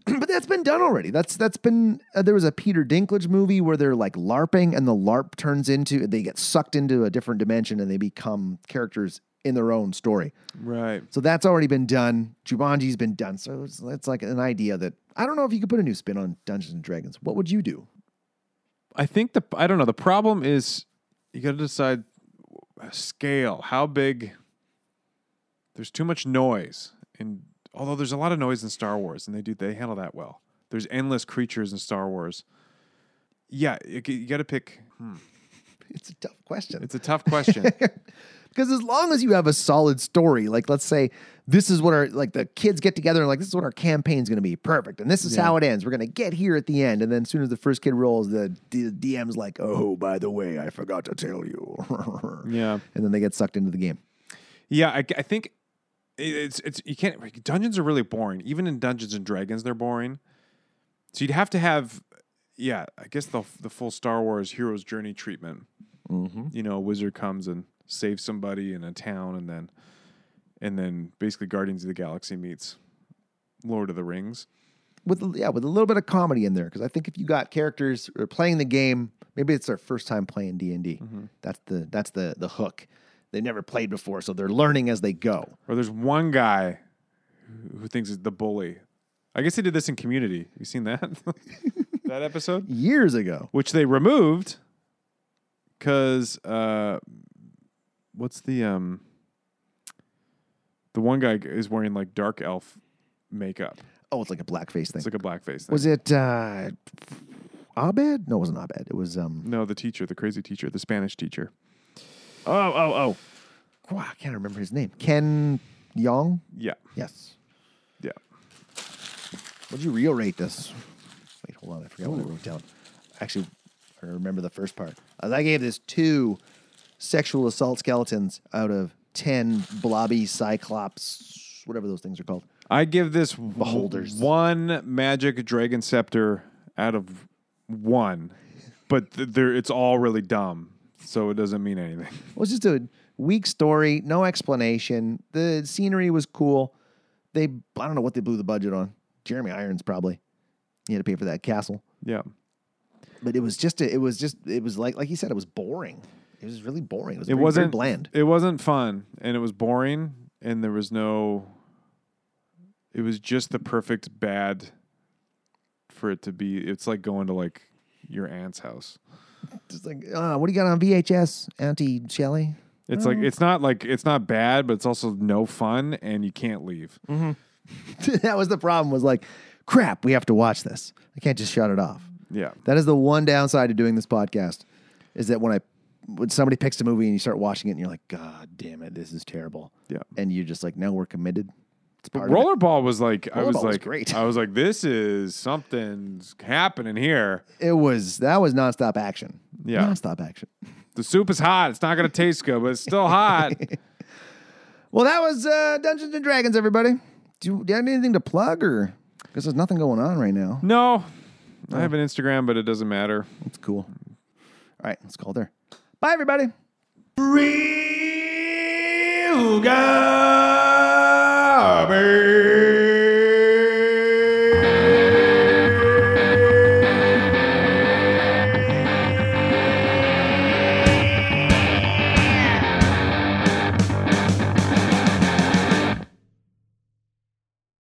[SPEAKER 2] but that's been done already. That's that's been uh, there was a Peter Dinklage movie where they're like larping and the larp turns into they get sucked into a different dimension and they become characters in their own story.
[SPEAKER 3] Right.
[SPEAKER 2] So that's already been done. Jumanji's been done. So it's, it's like an idea that I don't know if you could put a new spin on Dungeons and Dragons. What would you do?
[SPEAKER 3] I think the I don't know. The problem is you got to decide a scale. How big? There's too much noise in although there's a lot of noise in Star Wars, and they do they handle that well. There's endless creatures in Star Wars. Yeah, you, you got to pick.
[SPEAKER 2] It's a tough question.
[SPEAKER 3] It's a tough question.
[SPEAKER 2] Because as long as you have a solid story, like let's say this is what our like the kids get together and like this is what our campaign's going to be perfect, and this is how it ends. We're going to get here at the end, and then as soon as the first kid rolls, the D- DM's like, "Oh, by the way, I forgot to tell you."
[SPEAKER 3] Yeah.
[SPEAKER 2] and then they get sucked into the game.
[SPEAKER 3] yeah, I, I think it- it's it's you can't. Dungeons are really boring. Even in Dungeons and Dragons, they're boring. So you'd have to have, yeah, I guess the the full Star Wars hero's journey treatment. You know, a wizard comes and saves somebody in a town, and then and then basically Guardians of the Galaxy meets Lord of the Rings.
[SPEAKER 2] with yeah with a little bit of comedy in there because I think if you got characters who are playing the game, maybe it's their first time playing D anD D. That's the that's the the hook. They never played before, so they're learning as they go.
[SPEAKER 3] Or there's one guy who- who thinks is the bully. I guess they did this in Community. You seen that? that episode,
[SPEAKER 2] Years ago,
[SPEAKER 3] which they removed because uh, what's the um the one guy is wearing like dark elf makeup.
[SPEAKER 2] oh, it's like a blackface thing.
[SPEAKER 3] It's like a blackface thing.
[SPEAKER 2] was it uh, Abed? No, it wasn't Abed. It was um.
[SPEAKER 3] no, the teacher, the crazy teacher, the Spanish teacher.
[SPEAKER 2] Oh oh oh. Wow, I can't remember his name. Ken Young.
[SPEAKER 3] Yeah,
[SPEAKER 2] Yes.
[SPEAKER 3] yeah.
[SPEAKER 2] Would you reorate this? Wait, hold on. I forgot what I wrote down. Actually, I remember the first part. Uh, I gave this two sexual assault skeletons out of 10 blobby cyclops, whatever those things are called.
[SPEAKER 3] I give this w-
[SPEAKER 2] Beholders.
[SPEAKER 3] one magic dragon scepter out of one, but th- there it's all really dumb, so it doesn't mean anything.
[SPEAKER 2] It was just a weak story, no explanation. The scenery was cool. They, I don't know what they blew the budget on. Jeremy Irons, probably. He had to pay for that castle.
[SPEAKER 3] Yeah,
[SPEAKER 2] But it was just, a, it was just, it was like, like you said, it was boring. It was really boring. It was
[SPEAKER 3] it
[SPEAKER 2] very-
[SPEAKER 3] wasn't
[SPEAKER 2] very bland.
[SPEAKER 3] It wasn't fun, and it was boring, and there was no. It was just the perfect bad. For it to be, it's like going to like your aunt's house.
[SPEAKER 2] Just like, uh, what do you got on VHS, Auntie Shelley?
[SPEAKER 3] It's
[SPEAKER 2] Mm.
[SPEAKER 3] like it's not like it's not bad, but it's also no fun, and you can't leave.
[SPEAKER 2] Mm. that was the problem. Was like, crap, we have to watch this. I can't just shut it off.
[SPEAKER 3] Yeah,
[SPEAKER 2] That is the one downside to doing this podcast, is that when I when somebody picks a movie and you start watching it and you're like, God damn it, this is terrible.
[SPEAKER 3] Yeah.
[SPEAKER 2] and you're just like, no, we're committed. It's part of it.
[SPEAKER 3] Rollerball was like I was
[SPEAKER 2] Rollerball was
[SPEAKER 3] like
[SPEAKER 2] great.
[SPEAKER 3] I was like this is something's happening here.
[SPEAKER 2] It was that was nonstop action.
[SPEAKER 3] Yeah.
[SPEAKER 2] nonstop action.
[SPEAKER 3] The soup is hot. It's not going to taste good, but it's still hot.
[SPEAKER 2] Well, that was uh, Dungeons and Dragons. Everybody, do, do you have anything to plug or? Because there's nothing going on right now.
[SPEAKER 3] no. I have an Instagram, but it doesn't matter.
[SPEAKER 2] It's cool. All right, let's call it there. Bye, everybody.
[SPEAKER 4] Real garbage.